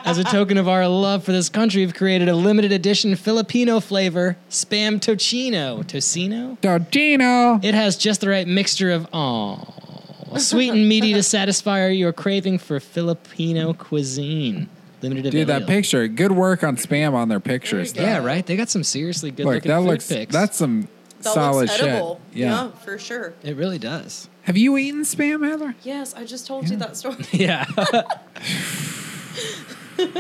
As a token of our love for this country, we've created a limited edition Filipino flavor, Spam Tocino. Tocino? Tocino. It has just the right mixture of, oh, sweet and meaty to satisfy your craving for Filipino cuisine. Limited Dude, that avail- picture. Good work on spam on their pictures. though. Yeah, right? They got some seriously good Look, looking that food looks pics. that's some That solid looks edible. shit. Yeah. yeah, for sure. it really does. Have you eaten spam, Heather? Yes, I just told you that story. Yeah.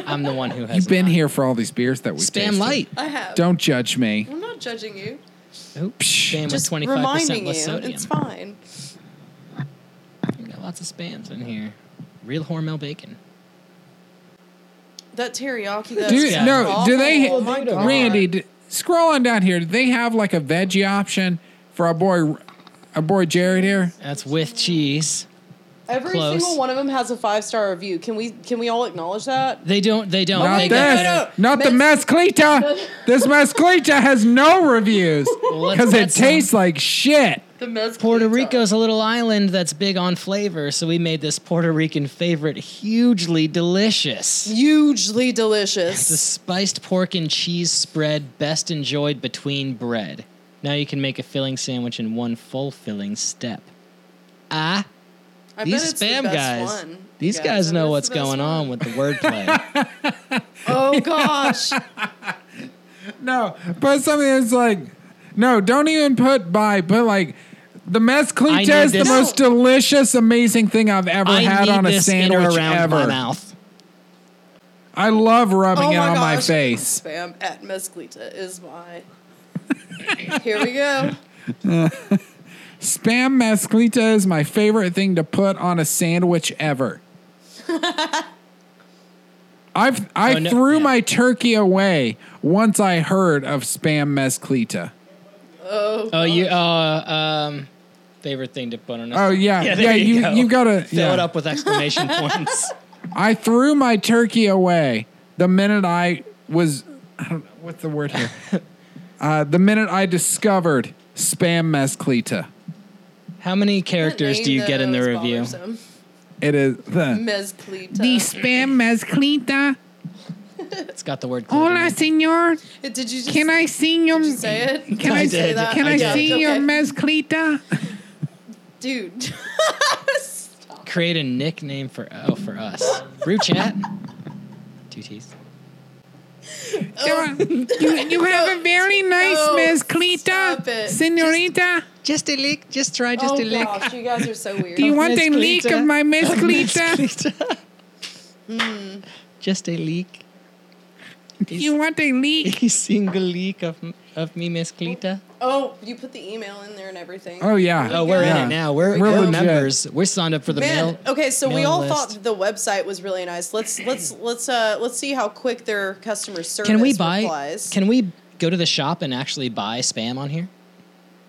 I'm the one who has You've been not. here for all these beers that we Spam tasted. light. I have. Don't judge me. I'm not judging you. Oops. Spam with Just 25 reminding percent you. less sodium. It's fine. We got lots of spams in here. Real Hormel bacon. That teriyaki. That's Dude, Yeah. no, do they Oh my God. Randy, d- scroll on down here. Do they have like a veggie option for our boy our boy Jared here? That's with cheese. Every Close. single one of them has a five star review. Can we can we all acknowledge that? They don't. They don't. Not they this. got- Not the mezclita. this mezclita has no reviews let's because get it tastes like shit. The mezclita. Puerto Rico's a little island that's big on flavor, so we made this Puerto Rican favorite hugely delicious. hugely It's a delicious. spiced pork and cheese spread best enjoyed between bread. Now you can make a filling sandwich in one full filling step. Ah, I bet these it's the spam best guys. one, These you guys I know bet what's it's the best going one. on with the wordplay. Oh gosh, No, put something that's like, no, don't even put by, but like, the I need mezclita is the this- most delicious, amazing thing I've ever I had need on a this in or sandwich around my ever. mouth. I love rubbing oh it my on gosh. my face. Spam at mezclita is my. Here we go. Spam mezclita is my favorite thing to put on a sandwich ever. I've I Oh, no- threw yeah. my turkey away once I heard of spam mezclita. Oh, you. Oh, um, favorite thing to put on. a- Oh yeah, yeah, there you you, go. gotta fill yeah. it up with exclamation points. I threw my turkey away the minute I was I don't know what's the word here. uh, the minute I discovered spam mezclita. How many characters do you Name get in the those review? bothersome. It is the Mezclita. The spam mezclita. It's got the word. Hola, senor. Did you just Can I sing your? did you say it? Can I, I say did. that? Can I I, did. sing your Okay. Oh. mezclita? Dude. Create a nickname for oh for us. Brew chat. Two T's. you, you have a very nice no, stop mezclita, it. senorita. Just a lick. Just try oh gosh, you guys are so weird. Do you want a leak of mezclita. my mezclita? Mezclita. Hmm. Just a leak. Do you want a leak? A single leak of of me, Mezclita. oh, you put the email in there and everything. Oh yeah. Oh, we're yeah. in it now. We're, We're we're legit. members. We're signed up for the Man, mail. okay, so we mailing all list. thought the website was really nice. Let's let's let's uh let's see how quick their customer service Can we buy? replies. Can we go to the shop and actually buy spam on here?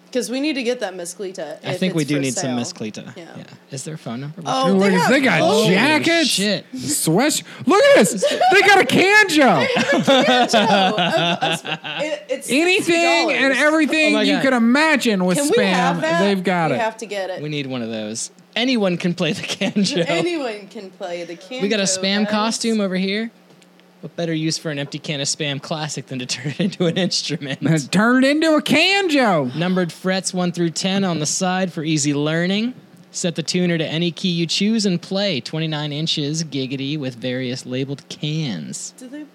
Because we need to get that mesclita. I if think we it's do for need some sale. Mesclita. Yeah. Is there a phone number? Oh, Look, they got, they got oh, jackets, Shit. sweats. Look at this. They got a canjo. it, it's Anything and $60. everything Oh my you God. could imagine with Can spam, we have that? they've got we it. have to get it. We need one of those. Anyone can play the canjo. Anyone can play the can. we got a spam costume over here. What better use for an empty can of spam classic than to turn it into an instrument? And Turn it into a canjo. Numbered frets 1 through 10 on the side for easy learning. Set the tuner to any key you choose and play. 29 inches giggity with various labeled cans. Did they?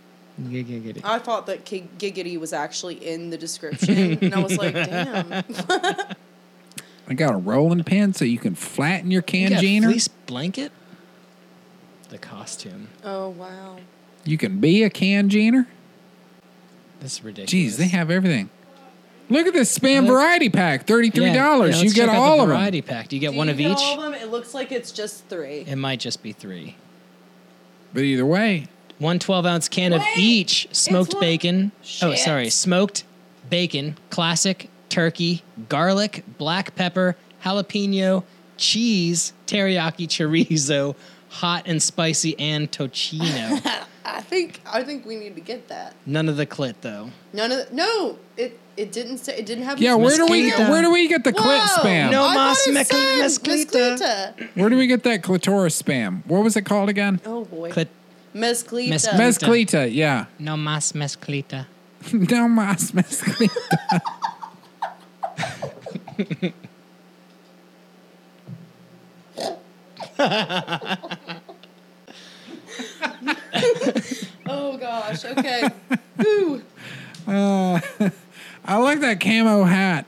Giggity. I thought that Ki- giggity was actually in the description, and I was like, damn. I got a rolling pin so you can flatten your You got a canjeener. fleece blanket? The costume. Oh wow. You can be a canjeener. This is ridiculous. Jeez, they have everything. Look at this spam Look. variety pack, Yeah, thirty-three yeah, dollars. let's you get check out all the of them. variety pack. Do you get Do one you of get each? All of them. It looks like it's just three. It might just be three. But either way, One 12 ounce can of Wait, each smoked one- bacon. Oh, Shit. sorry. Smoked bacon, classic, turkey, garlic, black pepper, jalapeno, cheese, teriyaki chorizo, hot and spicy, and tocino. I think I think we need to get that. None of the clit though. None of the, no, it it didn't say it didn't have. Yeah, where do we Mosquito. where do we get the clit Whoa! spam? No I mas thought it mec- said mesclita. mesclita. Where do we get that clitoris spam? What was it called again? Oh boy, Clit mesclita. Mes- mes- Mesclita, yeah. No mas mezclita. no mas mesclita. oh gosh. Okay. Ooh. Uh, I like that camo hat.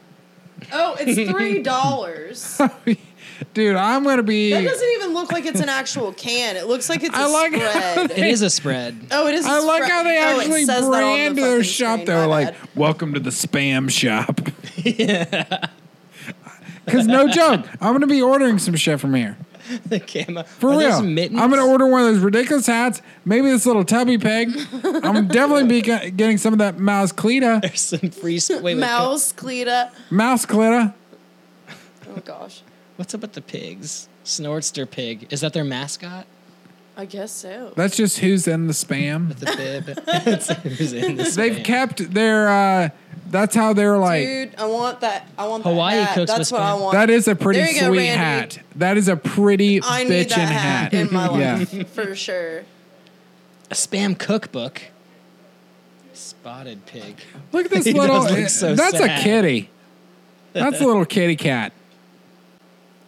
Oh, it's three dollars. Dude, I'm gonna be That doesn't even look like it's an actual can. It looks like it's a I like how spread. It is a spread. oh, it is. a I like spread. how they Oh, it actually says that on the brand their fucking shop screen. though, My like bad. welcome to the spam shop. Cause no joke, I'm gonna be ordering some shit from here. the camo. For Are real. those mittens? I'm gonna order one of those ridiculous hats, maybe this little tubby peg. I'm definitely be g- getting some of that mouse clita. There's some free. Sp- wait, wait. mouse Cleta. Mouse clita. Oh gosh. What's up with the pigs? Snortster pig. Is that their mascot? I guess so. That's just who's in the spam. The bib. It's- it's in the They've span. kept their uh that's how they're like Dude, I want that. I want Hawaii that. hat. cooks That's with what I spam. want. that is a pretty There you go, sweet Randy. hat. That is a pretty I bitchin' need that hat. hat, in my Yeah. life for sure. a spam cookbook. Spotted pig. Look at this He does little look so That's sad. a kitty. That's a little kitty cat.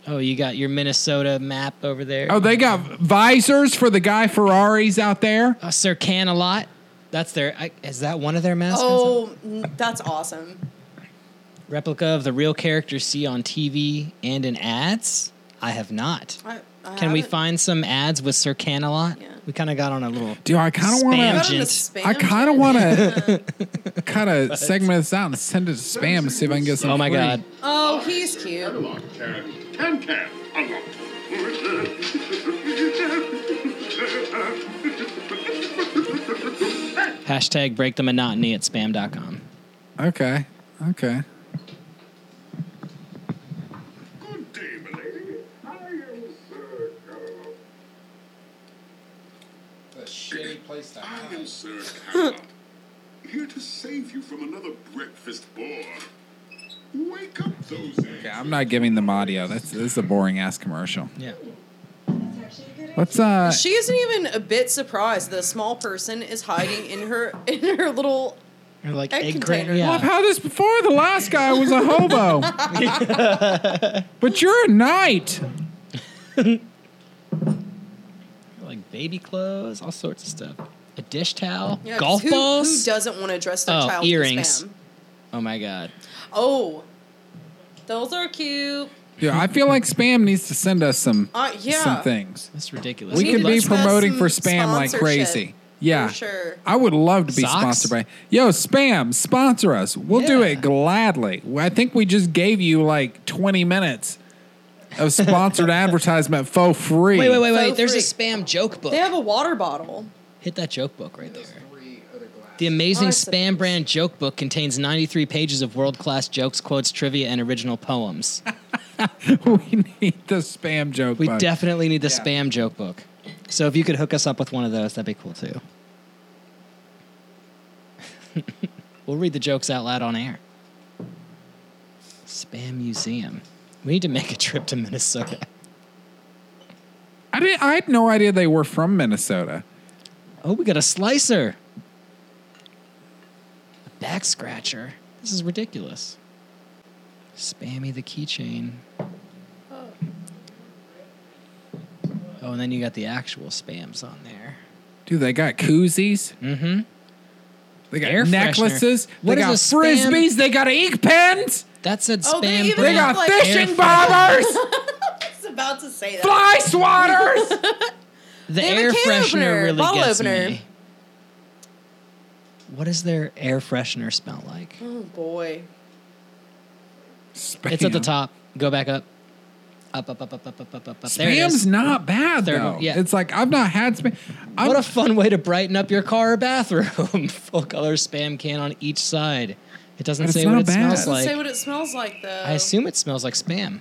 Oh, you got your Minnesota map over there. Oh, they got visors for the guy Ferraris out there. Uh, Sir Canelot. That's their. I, is that one of their mascots? Oh, n- that's awesome. Replica of the real character see on TV and in ads. I have not. I, I Can we haven't- find some ads with Sir Canelot? Yeah. We kind of got on a little. Do I kind of want Spam to I I Gent. don't know, spam kind of shit. want to kind of segment this out and send it to spam and see if I can get some. Oh my free. God. Oh, he's cute. Unlocked tab. Ten tab. Unlocked. Hashtag break the monotony at spam.com. Okay, okay. Good day, my lady. I am Sir Camelot. I am Sir Camelot, here to save you from another breakfast bore. Wake up, those eggs. Yeah, I'm not giving them audio. That's this is a boring ass commercial. Yeah. Let's uh. She isn't even a bit surprised that a small person is hiding in her in her little. Or like Egg egg, container. cran- I've Yeah. had this before. The last guy was a hobo, but you're a knight. Like baby clothes, all sorts of stuff. A dish towel, Yeah, 'cause golf who, balls. Who doesn't want to dress their Oh, child earrings. in spam? oh my God. Oh, those are cute. Yeah, I feel like spam needs to send us some Uh, yeah. some things. That's ridiculous. We need could to be discuss promoting some for spam like sponsorship, crazy. Yeah, For sure. I would love to be Socks? sponsored by Yo Spam. Sponsor us. We'll do Yeah. it gladly. I think we just gave you like 20 minutes of sponsored advertisement for free. Wait, wait, wait, wait. So There's a free. spam joke book. They have a water bottle. Hit that joke book right there. The amazing Oh, I spam suppose. brand joke book contains 93 pages of world class jokes, quotes, trivia, and original poems. we need the spam joke. We bug. definitely need the spam joke book. So if you could hook us up with one of those, that'd be cool too. we'll read the jokes out loud on air. Spam Museum. We need to make a trip to Minnesota. I didn't. I had no idea they were from Minnesota. Oh, we got a slicer. A back scratcher. This is ridiculous. Spammy the keychain. Oh, and then you got the actual spams on there. Dude, they got koozies. Mm-hmm. They got Air freshener. necklaces. What they is got a spam- frisbees. They got ink pens. That said spam. Oh, they even They Yeah, got like- fishing Air fre- bobbers. I was about to say that. fly swatters. The have a air can freshener opener, really bottle gets opener. me. What does their air freshener smell like? Oh boy. Spam. It's at the top. Go back up. Up, up, up, up, up, up, up, up. up. There it Spam's is. not bad Third though. one, yeah. It's like I've not had spam. I'm, What a fun way to brighten up your car or bathroom. Full color spam can on each side. It doesn't But it's say what not it bad. Doesn't smells Doesn't like. say what it smells like though. I assume it smells like spam.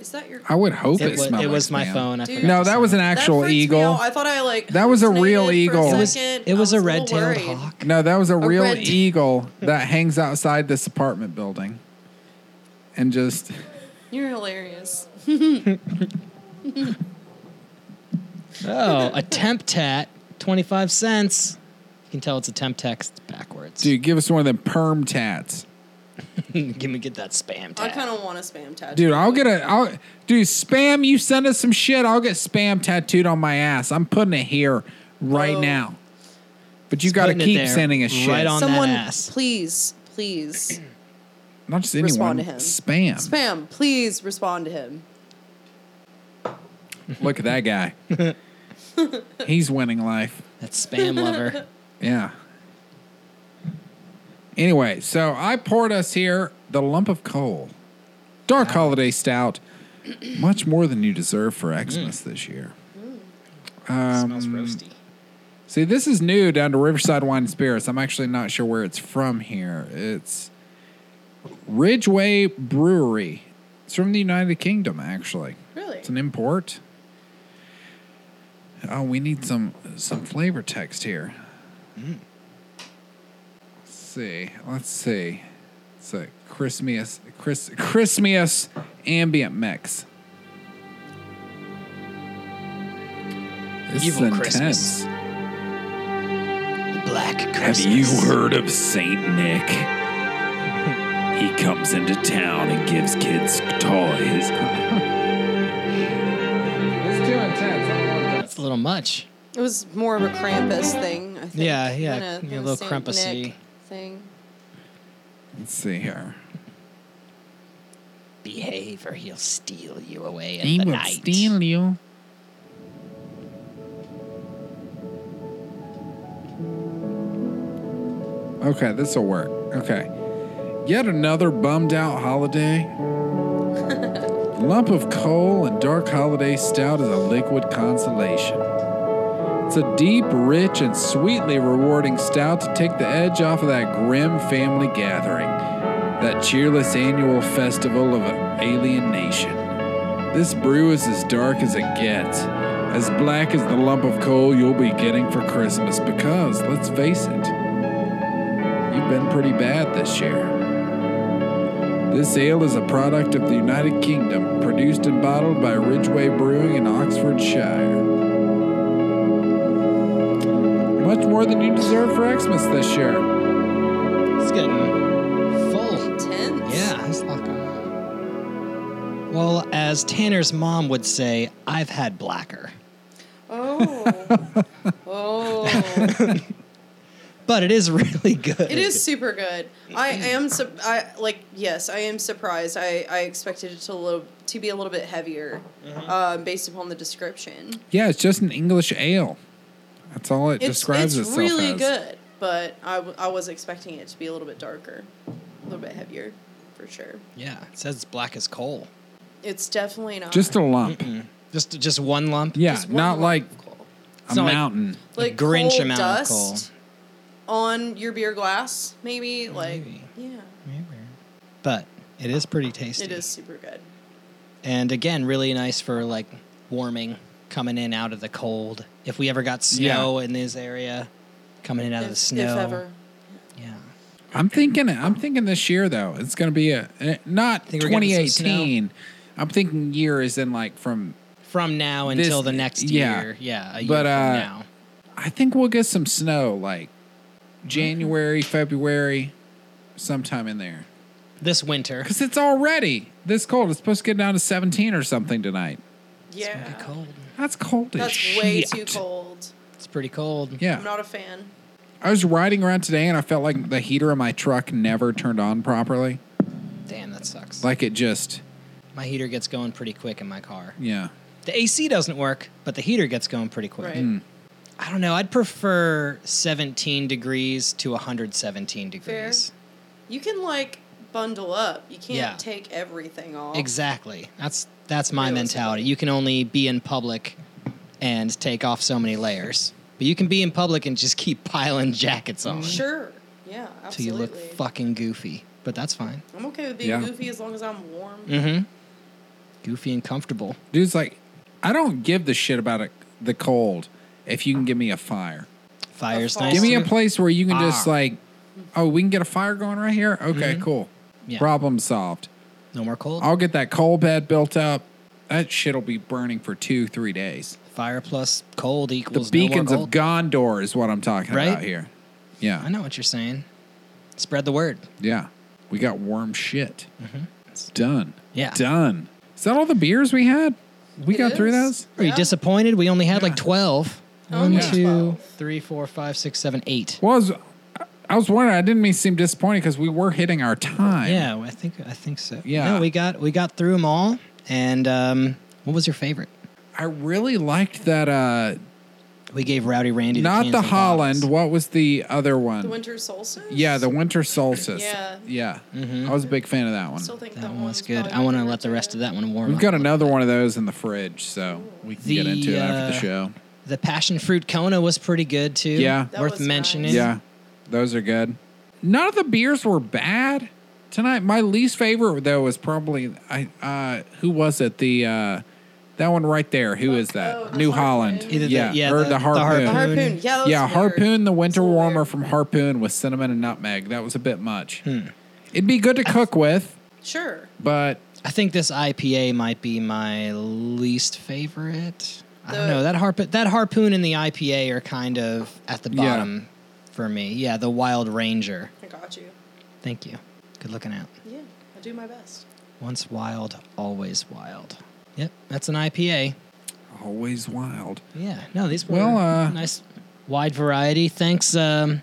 Is that your? I would hope It it, was, smells. it was my man. phone. I Dude. forgot No, to that sign was an it. That actual freaked me eagle. out. I thought I like. That was a real hallucinated for eagle. A It was- second. It I was a little red-tailed worried. hawk. No, that was a real red- eagle that hangs outside this apartment building, and just You're hilarious. Oh, a temp tat, twenty five cents. You can tell it's a temp text backwards. dude, give us one of them perm tats, Give me get that spam I tat. kind of want a spam tattoo. dude. I'll get a, I'll, dude, spam. You send us some shit, I'll get spam tattooed on my ass. I'm putting it here right Oh. now. But you Just got to putting it keep there, sending us shit. right on- that Someone, ass. please, please Not just anyone. respond to him. Spam. Spam. Please respond to him. Look at that guy. He's winning life. that spam lover. Yeah. Anyway, so I poured us here the lump of coal, dark holiday stout, much more than you deserve for Xmas this year. Smells Um, roasty. See, this is new down to Riverside Wine and Spirits. I'm actually not sure where it's from here. It's Ridgeway Brewery. It's from the United Kingdom, actually. Really? It's an import. Oh, we need some some flavor text here. Mm. Let's see. Let's see. It's a Christmas Chris Christmas ambient mix. This Evil is Christmas. intense. Black Have Christmas. you heard of Saint Nick? he comes into town and gives kids toys. it's too intense. It's a little much. It was more of a Krampus thing, I think. Yeah, yeah, than yeah, than a little Saint Krampus-y. Nick thing. Let's see here. Behave or he'll steal you away in He the will night. steal you. Okay, this will work. Okay. Yet another bummed out holiday. Lump of coal and dark holiday stout is a liquid consolation. It's a deep, rich, and sweetly rewarding stout to take the edge off of that grim family gathering, that cheerless annual festival of alienation. This brew is as dark as it gets, as black as the lump of coal you'll be getting for Christmas because, let's face it, you've been pretty bad this year. This ale is a product of the United Kingdom, produced and bottled by Ridgeway Brewing in Oxfordshire. Much more than you deserve for Xmas this year. It's getting full. Intense. Yeah, it's like a- Well, as Tanner's mom would say, I've had blacker. Oh. oh. But it is really good. It is super good. I am su- I like yes, I am surprised. I, I expected it to lo- to be a little bit heavier, um, based upon the description. Yeah, it's just an English ale. That's all it It's describes it's itself really as. good, but I, w- I was expecting it to be a little bit darker, a little bit heavier, for sure. Yeah, it says it's black as coal. It's definitely not Just a lump. Just just one lump. Yeah, Just one not lump like of coal. a not like- mountain. like Grinch coal amount of dust on your beer glass, maybe like Maybe. yeah, But it is pretty tasty. it is super good. And again, really nice for like warming, coming in out of the cold. If we ever got Yeah. snow in this area, coming in out of the If- snow. if ever. Yeah. I'm thinking. I'm thinking this year though. It's going to be a eh, not Think we're getting some 2018. I'm thinking year is in like from. From now This- until the next yeah. year. Yeah. A year But, from uh, now. I think we'll get some snow like January, February, sometime in there. This winter. Because it's already this cold. It's supposed to get down to 17 or something tonight. Yeah, Pretty cold. That's cold. as that's way too shit. cold. It's pretty cold. Yeah. I'm not a fan. I was riding around today and I felt like the heater in my truck never turned on properly. Damn, that sucks. Like it just, my heater gets going pretty quick in my car. yeah. The AC doesn't work, but the heater gets going pretty quick. Right. Hmm. I don't know. I'd prefer 17 degrees to 117 degrees. You can like bundle up. You can't Yeah. take everything off. Exactly. That's that's my Realistically. mentality. You can only be in public and take off so many layers. But you can be in public and just keep piling jackets on Sure. Yeah. till you Absolutely. look fucking goofy. But that's fine. I'm okay with being Yeah. Mm. goofy as long as I'm warm. Mm-hmm. goofy and comfortable. Dude's like, I don't give the shit about it, the cold if you can give me a fire. Fire's fall. nice. Give me a too. place where you can just Ah. Mm-hmm. like, oh, we can get a fire going right here. Okay, cool. Yeah. Problem solved. No more cold. I'll get that coal bed built up. That shit'll be burning for two, three days. Fire plus cold The equals no more beacons of cold. Gondor is what I'm talking Right? about here. Yeah, I know what you're saying. Spread the word. yeah. We got warm shit. It's done. Mm-hmm. Yeah. done. Is that all the beers we had? We It got through is. those. Are you Yeah. disappointed? We only had like 12. One, Only two, 12. three, four, five, six, seven, eight. Well, I was, I was wondering. I didn't mean to seem disappointed because we were hitting our time. Yeah, I think I think so. Yeah. No, we got we got through them all. And um, what was your favorite? I really liked that. uh We gave Rowdy Randy. Not cans the and Holland. bottles. What was the other one? The winter solstice. yeah, the winter solstice. Yeah. yeah. Mm-hmm. I was a big fan of that one. Still think That that, one was one's good. probably I my want to favorite let the rest too. of that one warm. We've up got a little another bit. one of those in the fridge, so we can get The, into it after the uh, show. The passion fruit Kona was pretty good too. Yeah. That worth was nice. mentioning. Yeah, those are good. None of the beers were bad tonight. My least favorite though was probably I. Uh, who was it? The uh, that one right there. Who is that? Oh, the New Harpoon. Holland. Either the- yeah, yeah, or the- the, the harpoon. The Harpoon. harpoon. Yeah. That was Yeah, weird. harpoon. The winter So weird. warmer from harpoon with cinnamon and nutmeg. That was a bit much. It'd be good to cook with, Sure. but I think this IPA might be my least favorite. I don't The- know that harpoon. That harpoon and the IPA are kind of at the Yeah. bottom for me. Yeah, the Wild Ranger. I got you. Thank you. Good looking out. Yeah. I do my best. Once wild, always wild. Yep, that's an IPA. always wild. Yeah, no, these were Well, uh, nice wide variety. Thanks, um,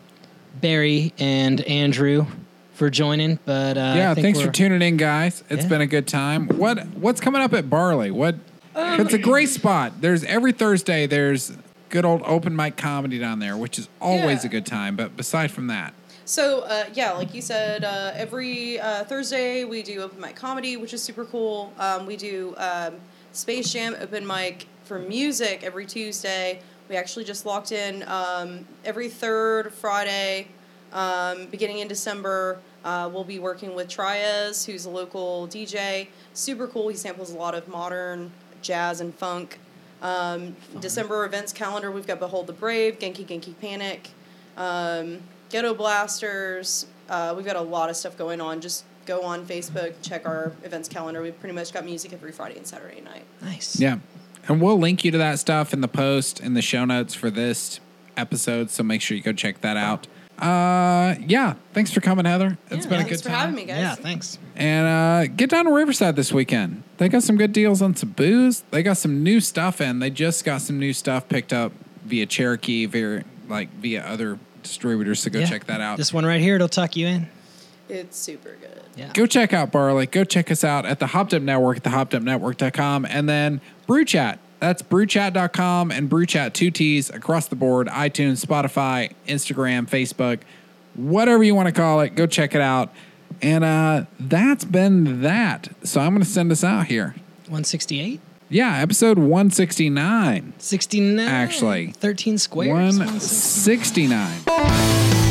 Barry and Andrew, for joining. But uh, I yeah, think thanks we're- for tuning in, guys. It's Yeah. been a good time. What what's coming up at Barley? What Um, it's a great spot. There's every Thursday. There's good old open mic comedy down there, which is always Yeah. a good time. But beside from that, So uh, yeah, like you said, uh, every uh, Thursday we do open mic comedy, which is super cool. Um, we do um, Space Jam open mic for music every Tuesday. We actually just locked in um, every third Friday, um, beginning in December. Uh, we'll be working with Trias, who's a local DJ. Super cool. He samples a lot of modern jazz and funk. Um, December events calendar. We've got Behold the Brave, Genki Genki Panic um, Ghetto Blasters. Uh, we've got a lot of stuff going on. Just go on Facebook, check our events calendar. We've pretty much got music every Friday and Saturday night. nice. yeah, and we'll link you to that stuff in the post in the show notes for this episode. So make sure you go check that out. Uh, yeah, thanks for coming, Heather. It's Yeah, been a Thanks good for time. having me, guys. yeah, thanks. And uh, get down to Riverside this weekend. They got some good deals on some booze. They got some new stuff in. They just got some new stuff picked up via Cherokee, via like via other distributors. So go Yeah. check that out. This one right here, it'll tuck you in. It's super good. Yeah. go check out Barley. Go check us out at the Hopped Up Network at thehoptupnetwork.com. And then Brew Chat. That's brewchat.com and brewchat two T's across the board iTunes, Spotify, Instagram, Facebook, whatever you want to call it. Go check it out. And uh, that's been that. So I'm going to send us out here. 168? Yeah, episode 169. 69. Actually, 13 squares. 169. 169.